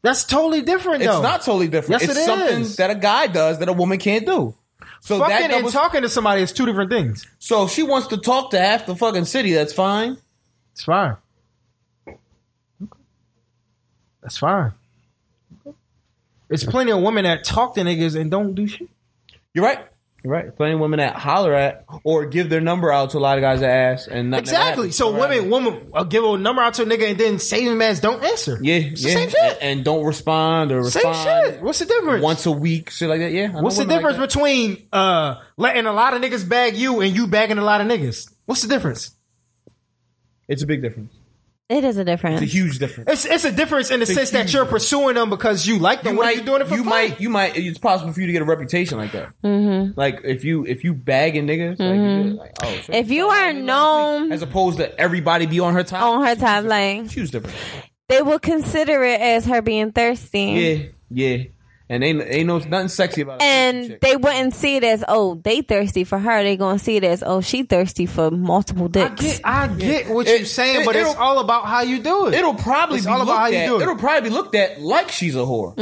That's totally different. It's though. not totally different. Yes, it's it something is. that a guy does that a woman can't do. So fucking that double, and talking to somebody is two different things. so if she wants to talk to half the fucking city, that's fine. It's fine. That's fine. It's plenty of women that talk to niggas and don't do shit. You're right. You're right. Plenty of women that holler at or give their number out to a lot of guys that ask and not Exactly. So women, women, I'll give a number out to a nigga and then say them as don't answer. Yeah, It's the yeah. same shit. And, and don't respond or Same respond shit. What's the difference? once a week, shit like that. Yeah. I know What's the women like difference that. between uh letting a lot of niggas bag you and you bagging a lot of niggas? What's the difference? it's a big difference. It is a It's a difference. huge difference. It's it's a difference in the sense that you're pursuing them because you like them. what are you doing it for? you fun? might you might it's possible for you to get a reputation like that. Mm-hmm. Like if you if you bagging niggas, like, you like, oh, shit. If you are known as opposed to everybody be on her top. on her time, like huge difference. they will consider it as her being thirsty, Yeah, yeah. And ain't ain't no nothing sexy about it. and they wouldn't see it as oh they thirsty for her. They gonna see it as oh she thirsty for multiple I dicks. get, I get what It- you're saying, it- but it's it'll- all about how you do it. It'll probably It's be all about looked how you at, do it. Mm-hmm, It'll probably be looked at like she's a whore.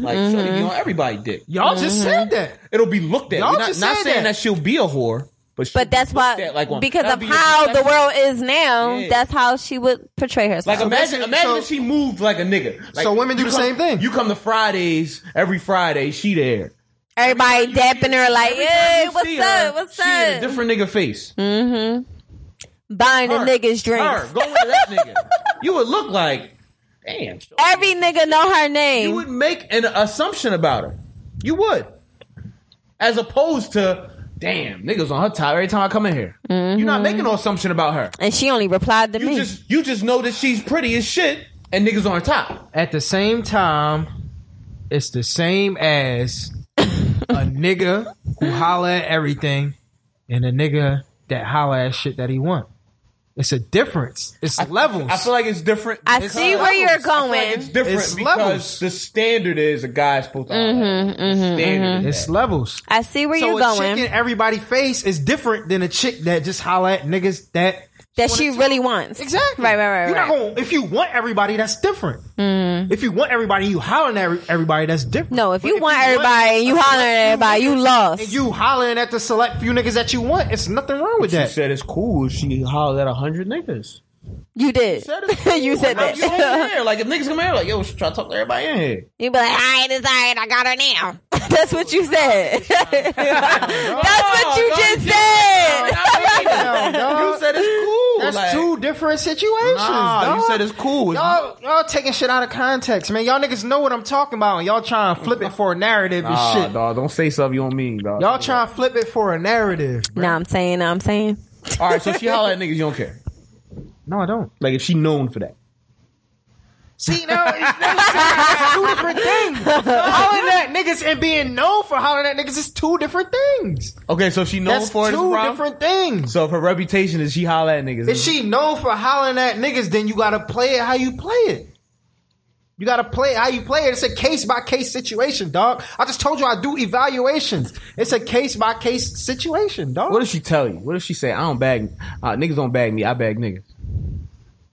Like shorty be on everybody dick. Y'all just said that. It'll be looked at. Y'all We're not, just not said saying that. that. she'll be a whore, but she'll But that's be why, looked at like one. because That'll of be how a- the world is now, Yeah. that's how she would portray herself. Like imagine, basically- imagine so- if she moved like a nigga. Like, So women do you the same come- thing. You come to Fridays every Friday, she there. Everybody dapping her like, Every time hey, you what's see up? her, what's she in a up? different nigga face. Buying Her, the niggas drinks. Her, go with that nigga. You would look like, damn. Every nigga know her name. you would make an assumption about her. You would. As opposed to, damn, niggas on her top every time I come in here. You're not making no assumption about her. and she only replied to You Mm-hmm. me. just you just know that she's pretty as shit and niggas on her top. At the same time, it's the same as a nigga who holler at everything and a nigga that holler at shit that he want. It's a difference. It's levels. I feel like it's different. I because- see where you're I feel like going. it's different It's because levels. the standard is a guy's supposed to. holler Mm-hmm, at you. The standard is it's levels. I see where So you're a going. chick in everybody face is different than a chick that just holler at niggas that that she really wants. Exactly. Right, right, right, You're right. Mm. not gonna if you want everybody, that's different. If you want everybody, you hollering at every- everybody, that's different. No, if But you want everybody and you a select hollering at few everybody, you niggas lost. And you hollering at the select few niggas that you want, it's nothing wrong with She that. said it's cool if she hollered at a hundred niggas. You did. That is cool. you said Like, you don't that. care. Like if niggas come here, like yo, she try to talk to everybody in here. You be like, all right, it's all right. I got her now. That's what you said. That's what you no, just you- said. I mean, No, dog. you said it's cool. That's like, two different situations. Nah, Ah, you dawg. said it's cool. It's- Y'all, y'all taking shit out of context, man. Y'all niggas know what I'm talking about. And y'all trying to flip it for a narrative and Nah, shit. dog, don't say something you don't mean, dog. Y'all trying to flip it for a narrative. Now I'm saying, now I'm saying. All right, so she holler at niggas, you don't care. No, I don't. Like if she known for that. See, no, it's, it's two different things. Hollering at niggas and being known for hollering at niggas is two different things. Okay, so if she known That's for it, it's a two problem? different things. So if her reputation is she holler at niggas, If she known for hollering at niggas, then you gotta play it how you play it. You gotta play it how you play it. It's a case by case situation, dog. I just told you I do evaluations. It's a case by case situation, dog. what if she tell you? What if she say I don't bag uh, niggas don't bag me, I bag niggas.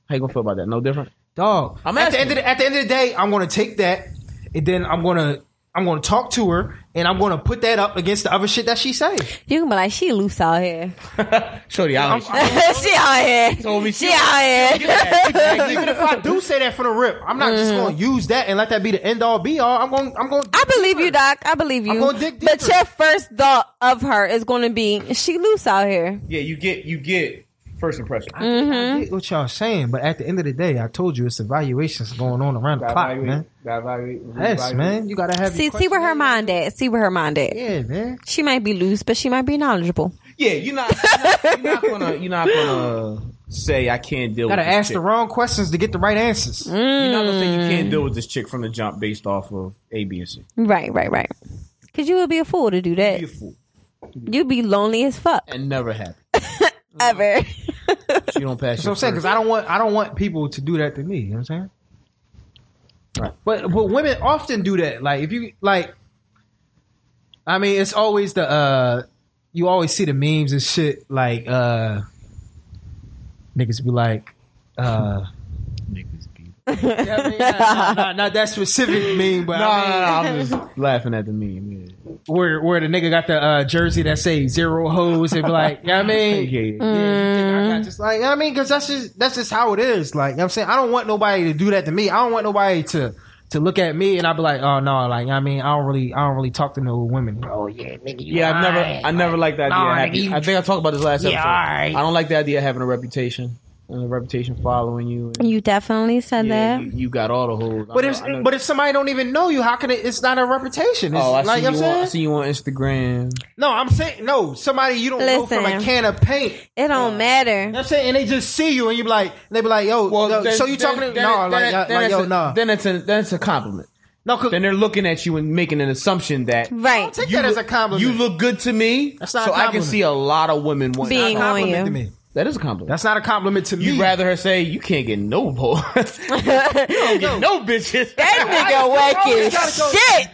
How you gonna feel about that? No different. dog. I'm at the asking. end of the, at the end of the day, I'm gonna take that, and then I'm gonna I'm gonna talk to her, and I'm gonna put that up against the other shit that she say. You can be like, she loose out here. Shorty, I don't. she out here. me She out here. Even if I do say that from the rip, I'm not just gonna use that and let that be the end all be all. I'm gonna I'm gonna I believe you, Doc. I believe you. I'm gonna dig but deeper. your first thought of her is going to be, she loose out here. yeah, you get you get first impression. I get what y'all saying, but at the end of the day, I told you it's evaluations going on around the clock, man. Yes, man. You gotta have See, your see where her questions. mind at. See where her mind at. Yeah, man. She might be loose, but she might be knowledgeable. Yeah, you're not, you're not gonna you're not gonna say I can't deal Gotta with this ask chick. the wrong questions to get the right answers. You're not gonna say you can't deal with this chick from the jump based off of A, B, and C. Right, right, right. Because you would be a fool to do that. Be a fool. You'd be lonely as fuck. And never happen. Ever. She don't pass That's what I'm saying because I don't want I don't want people to do that to me. You know what I'm saying? Right. But but women often do that. Like if you like, I mean, it's always the uh you always see the memes and shit. Like uh niggas be like. uh Niggas be. I mean, not, not- not- not that specific meme, but No, I mean, no, no, I'm just laughing at the meme. Yeah, where where the nigga got the uh, jersey that say zero hoes and be like, you know what I yeah, mean, yeah. yeah, Mm. you think I got just like you know what I mean, because that's just that's just how it is. Like you know what I'm saying, I don't want nobody to do that to me. I don't want nobody to to look at me and I be like, oh no, like you know what I mean, I don't really I don't really talk to no women. Oh yeah, nigga, you Yeah, I've never, alright. I never liked the idea. Nah, of nigga, having- you- I think I talked about this last Yeah, episode. alright. I don't like the idea of having a reputation and a reputation following you. And, You definitely said yeah, that. you, you got all the holes. But if but if somebody don't even know you, how can it? It's not a reputation. It's oh, I see, like you know you what I'm on, I saying. see you on Instagram. No, I'm saying no. Somebody you don't know from a Listen. can of paint. You It don't matter. know what I'm saying, and they just see you, and you be like, they be like, yo, yo, so you talking to no, like, uh, like yo, no, Then it's a that's a compliment. no, 'cause- Then they're looking at you and making an assumption that Right. take that as a compliment. you look good to me, That's so not a I can compliment. see a lot of women want. That's Being not a on compliment you. to me. that is a compliment. That's not a compliment to me. You'd rather her say you can't get no boy. you don't get no bitches. That nigga wacky gotta go- shit.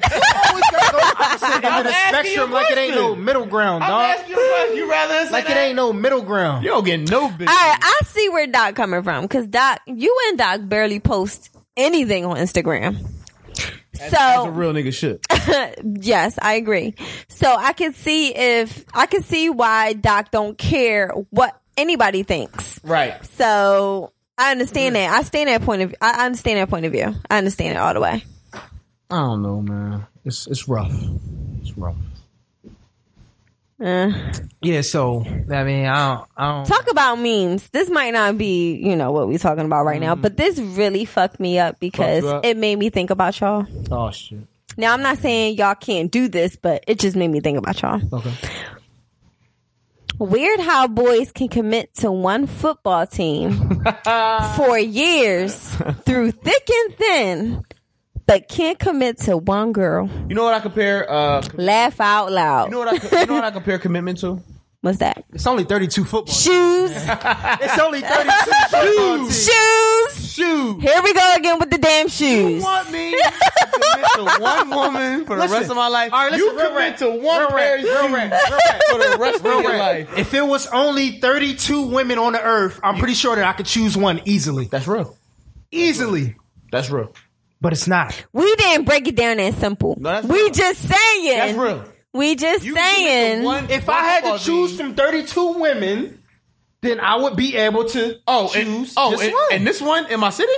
always gotta go opposite end I'm of the asking spectrum you a like it ain't no question. middle ground, I'm dog. asking you a question. You rather say Like it that? ain't no middle ground. You don't get no bitches. All right, I see where Doc coming from because Doc, you and Doc barely post anything on Instagram. That's a so real nigga shit. yes, I agree. So I can see if I can see why Doc don't care what anybody thinks. Right. So I Mm. understand that. I stand that point of. I understand that point of view. I understand it all the way. I don't know, man. It's it's rough. It's rough. Uh, Yeah, so I mean, I don't, I don't. talk about memes. This might not be you know what we're talking about right now, but this really fucked me up because Mm. you up? it made me think about y'all. Oh shit. Now I'm not saying y'all can't do this, but it just made me think about y'all. Okay. Weird how boys can commit to one football team for years through thick and thin, but can't commit to one girl. You know what I compare? Uh, Laugh out loud. you know what I you know what I compare commitment to? What's that? It's only thirty-two football. Shoes. it's only thirty-two shoes. shoes. Shoot. Here we go again with the damn You shoes. want me to commit to one woman for the Listen. rest of my life? All right, listen, you real commit rap, to one real rap, pair of real shoes rap, real rap. for the rest of your life. If it was only thirty-two women on the earth, I'm pretty sure that I could choose one easily, That's real. easily. That's real. But it's not. We didn't break it down that simple. No, that's we real. just saying. That's real. We just You commit to saying. one- If one I had football to choose team- from thirty-two women, then I would be able to oh, and, choose oh, just and, one. and this one in my city.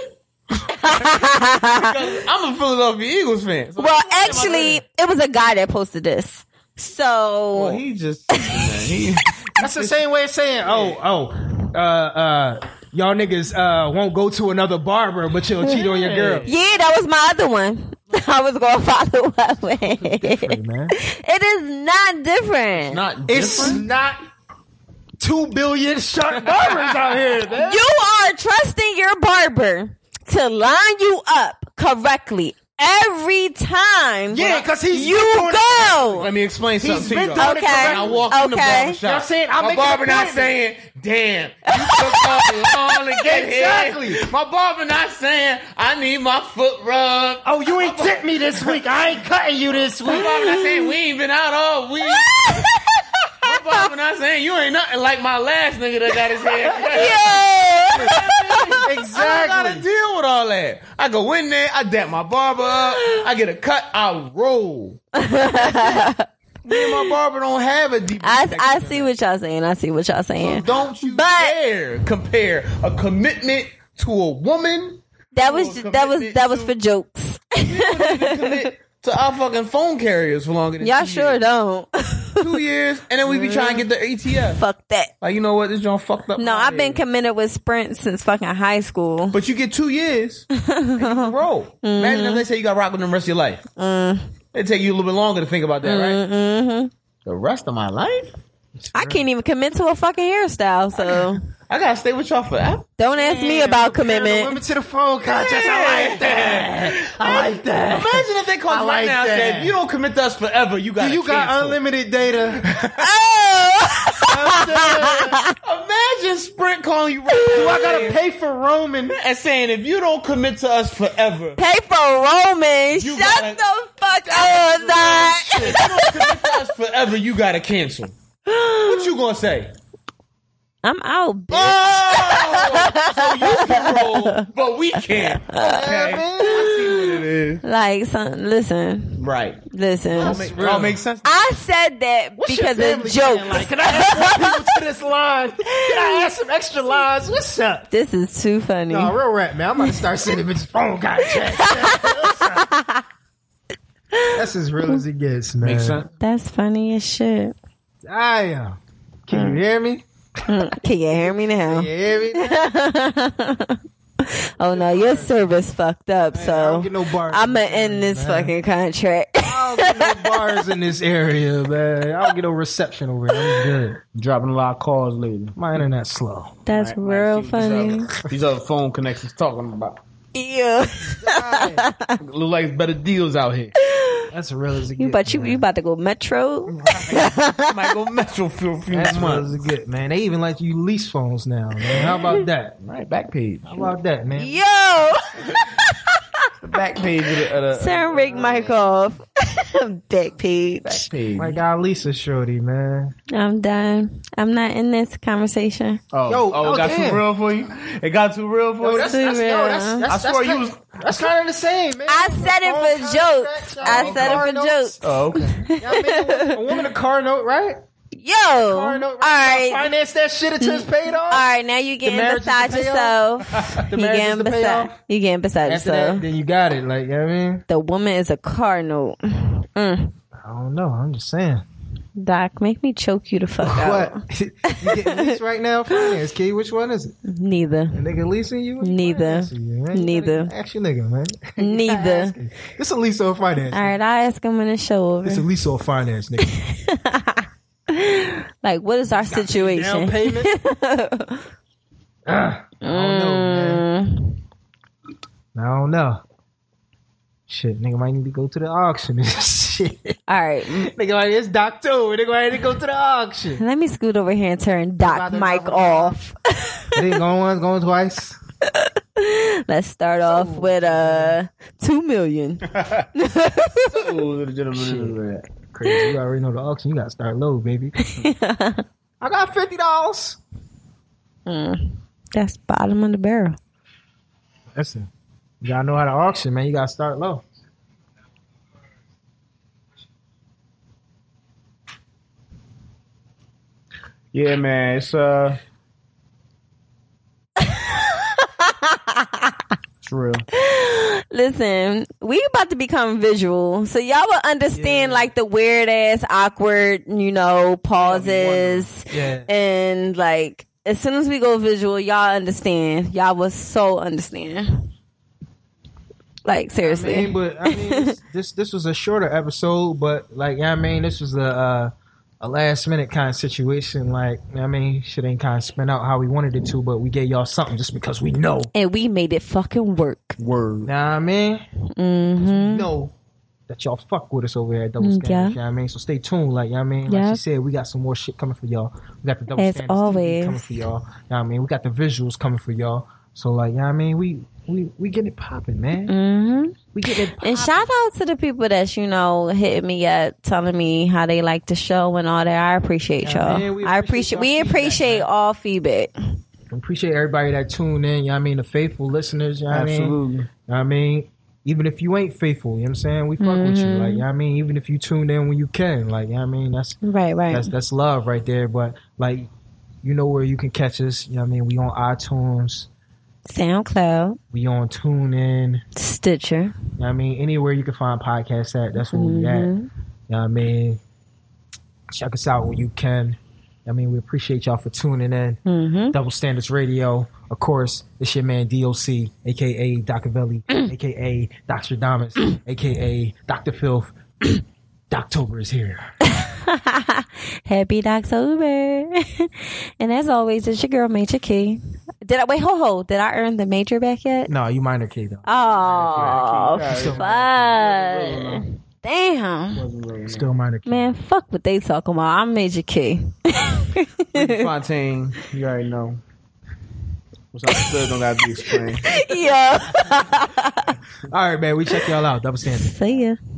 'Cause I'm a Philadelphia Eagles fan. So Well, this one in my actually, city. it was a guy that posted this. So Oh. Well, he just man, he, That's the same way of saying, oh, oh, uh, uh, y'all niggas uh, won't go to another barber, but you'll cheat on your girl. Yeah, that was my other one. I was going to follow up with. Different, man. It is not different. Not It's different. not two billion shark barbers out here, man. You are trusting your barber to line you up correctly every time. Yeah, because he's you been doing it- go. Let me explain He's something to been you. doing it Okay. correctly. When I walk in the Okay. barbershop. You know what I'm saying? I my make an barber not appointment. saying, damn, you took so long to get here. Exactly. My barber not saying, I need my foot rubbed. Oh, you ain't tip me this week. I ain't cutting you this My week. barber not saying, we ain't been out all week. my barber not saying, you ain't nothing like my last nigga that got his hair. cut." Yeah. I don't gotta exactly. deal with all that. I go in there, I dap my barber up, I get a cut, I roll. Me and my barber don't have a deep. I, I see what y'all saying. I see what y'all So saying. don't you But- dare compare a commitment to a woman That was that was that was for jokes. commit to our fucking phone carriers for longer than Y'all two sure years. don't. two years, and then we be trying to get the ATF. Fuck that. Like you know what, this joint fucked up. No, my I've been nigga. committed with Sprint since fucking high school. But you get two years, and you can roll. Imagine if Mm-hmm. they say you got to rock with them the rest of your life. Mm. It take you a little bit longer to think about that, right? Mm-hmm. The rest of my life, I can't even commit to a fucking hairstyle, so I gotta stay with y'all forever. don't ask me about Comparing the commitment. women to the phone contest. I like that. I like that. Imagine if they called I right like now and that. said, "You don't commit to us forever. You got You got unlimited data. Oh, Imagine Sprint calling you right Do now I gotta pay for roaming? and saying, "If you don't commit to us forever, pay for Roman. Shut You gotta- the fuck up, Zach. if you don't commit to us forever, you gotta cancel." What you gonna say? I'm out. bitch. Oh, so you can roll, but we can't. Okay, I see what it is. Like, son, listen, Right. listen. It all makes sense. I said that because of jokes. Can I ask more people to this line? Can I add some extra lines? What's up? this is too funny. No, real rap, man. I'm about to start sending bitches phone contacts. That's as real as it gets, man. Makes sense. That's funny as shit. Damn. Can you hear me? Mm, Can you hear me now? You hear me? I Oh no, your service fucked up. don't So get no bars. I'm gonna end this fucking contract. I don't get no bars in this area, man. I don't get no reception over here. I'm good. Dropping a lot of calls lately. My internet slow. That's real These funny. other- These other phone connections talking about. Yeah, Look like it's better deals out here. That's as real as it gets. you but you man. you about to go metro? Might go metro for a few That's as real months. as it gets, man. They even let you lease phones now, man. How about that? Right, back page. How about that, man? Yo, The back page of the, of the turn Rick Mike off. Back page. page. My guy Lisa Shorty, man. I'm done. I'm not in this conversation. Oh, Yo, oh, oh, it got damn. too real for you. It got too real for you. that's, that's, yo, that's, that's, I swear that's you kind- That's kind of the same, man. I said Oh, it for jokes. I said it for jokes. Oh, okay. it for jokes. A woman a car note, right? Yo, Car all note, right? right, Finance that shit until it's paid off. all right. Now you getting marriage is beside the payoff. yourself. The You marriage is getting the payoff. beside. You getting beside After yourself. that, then you got it. Like, you know what I mean? The woman is a car note. Mm. I don't know. I'm just saying. Doc, make me choke you the fuck out. What? you getting leased right now? Finance, kid. Which one is it? A Neither. nigga leasing you? Neither. Leasing You, man. Neither. You gotta Ask your nigga, man. Neither. It's a lease on finance. All right, I'll ask him when the show It's a over. lease on finance, nigga. Like, what is our situation? payment? Ah, I don't know, man. Mm. I don't know. Shit, nigga might need to go to the auction. Shit. All right, Nigga might it's Doc too. Nigga might need to go to the auction. mm, let me scoot over here and turn Doc Father, Mike Father. off. nigga going once, going twice. Let's start off with uh two million. Ooh, the gentleman. Crazy. You already know the auction. You gotta start low, baby. I got fifty dollars. Mm. That's bottom of the barrel. Listen. You gotta know how to auction, man. You gotta start low. Yeah, man. It's uh, it's real. Listen, we about to become visual, so y'all will understand like the weird ass, awkward, you know, pauses Yeah. and like as soon as we go visual, y'all understand. Y'all was so understand. Like seriously. I mean, but I mean, this, this this was a shorter episode, but like I mean, this was a uh, a last minute kind of situation. Like I mean, shit ain't kind of spin out how we wanted it to, but we gave y'all something just because we know. and we made it fucking work. Word. Nah, I mean, Mm-hmm. know that y'all fuck with us over here at Double Mm, Standards. yeah. You know what I mean? So stay tuned. Like, you know what I mean? Like Yeah. she said, we got some more shit coming for y'all. We got the Double As Standards TV always. coming for y'all. You know what I mean? We got the visuals coming for y'all. So, like, you know what I mean? We we we getting it popping, man. Mm-hmm. We getting it popping. And shout out to the people that's you know hitting me up, telling me how they like the show and all that. I appreciate Yeah, y'all. man, we I appreciate appreciate. y'all We feedback, appreciate man. all feedback. We appreciate everybody that tuned in. You know what I mean? The faithful listeners. You know what I mean? Absolutely. You know what I mean? Even if you ain't faithful, you know what I'm saying? We fuck with you. Like, you know what I mean? Even if you tuned in when you can. Like, you know what I mean? That's Right, right. that's that's love right there. But like, you know where you can catch us. You know what I mean? We on iTunes. SoundCloud, We on TuneIn. You Stitcher. know what I mean? Anywhere you can find podcasts at, that's where we at. You know Mhm. what I mean? Check us out when you can. I mean, we appreciate y'all for tuning in. Mhm. Double Standards Radio. Of course, it's your man DOC, aka Docavelli, aka Dr. Damas, aka Dr. Filth. Doctober is here. Happy Doctober. and as always, it's your girl Major Key. Did I wait? Ho ho. Did I earn the major back yet? No, you minor kid though. Oh, Still fuck. Damn. Still minor kid. Man, fuck what they talking about. I'm Major Key. Fontaine, you already know. What's understood don't gotta be explained. Yo. All right, man. We check y'all out. Double Standards. See ya.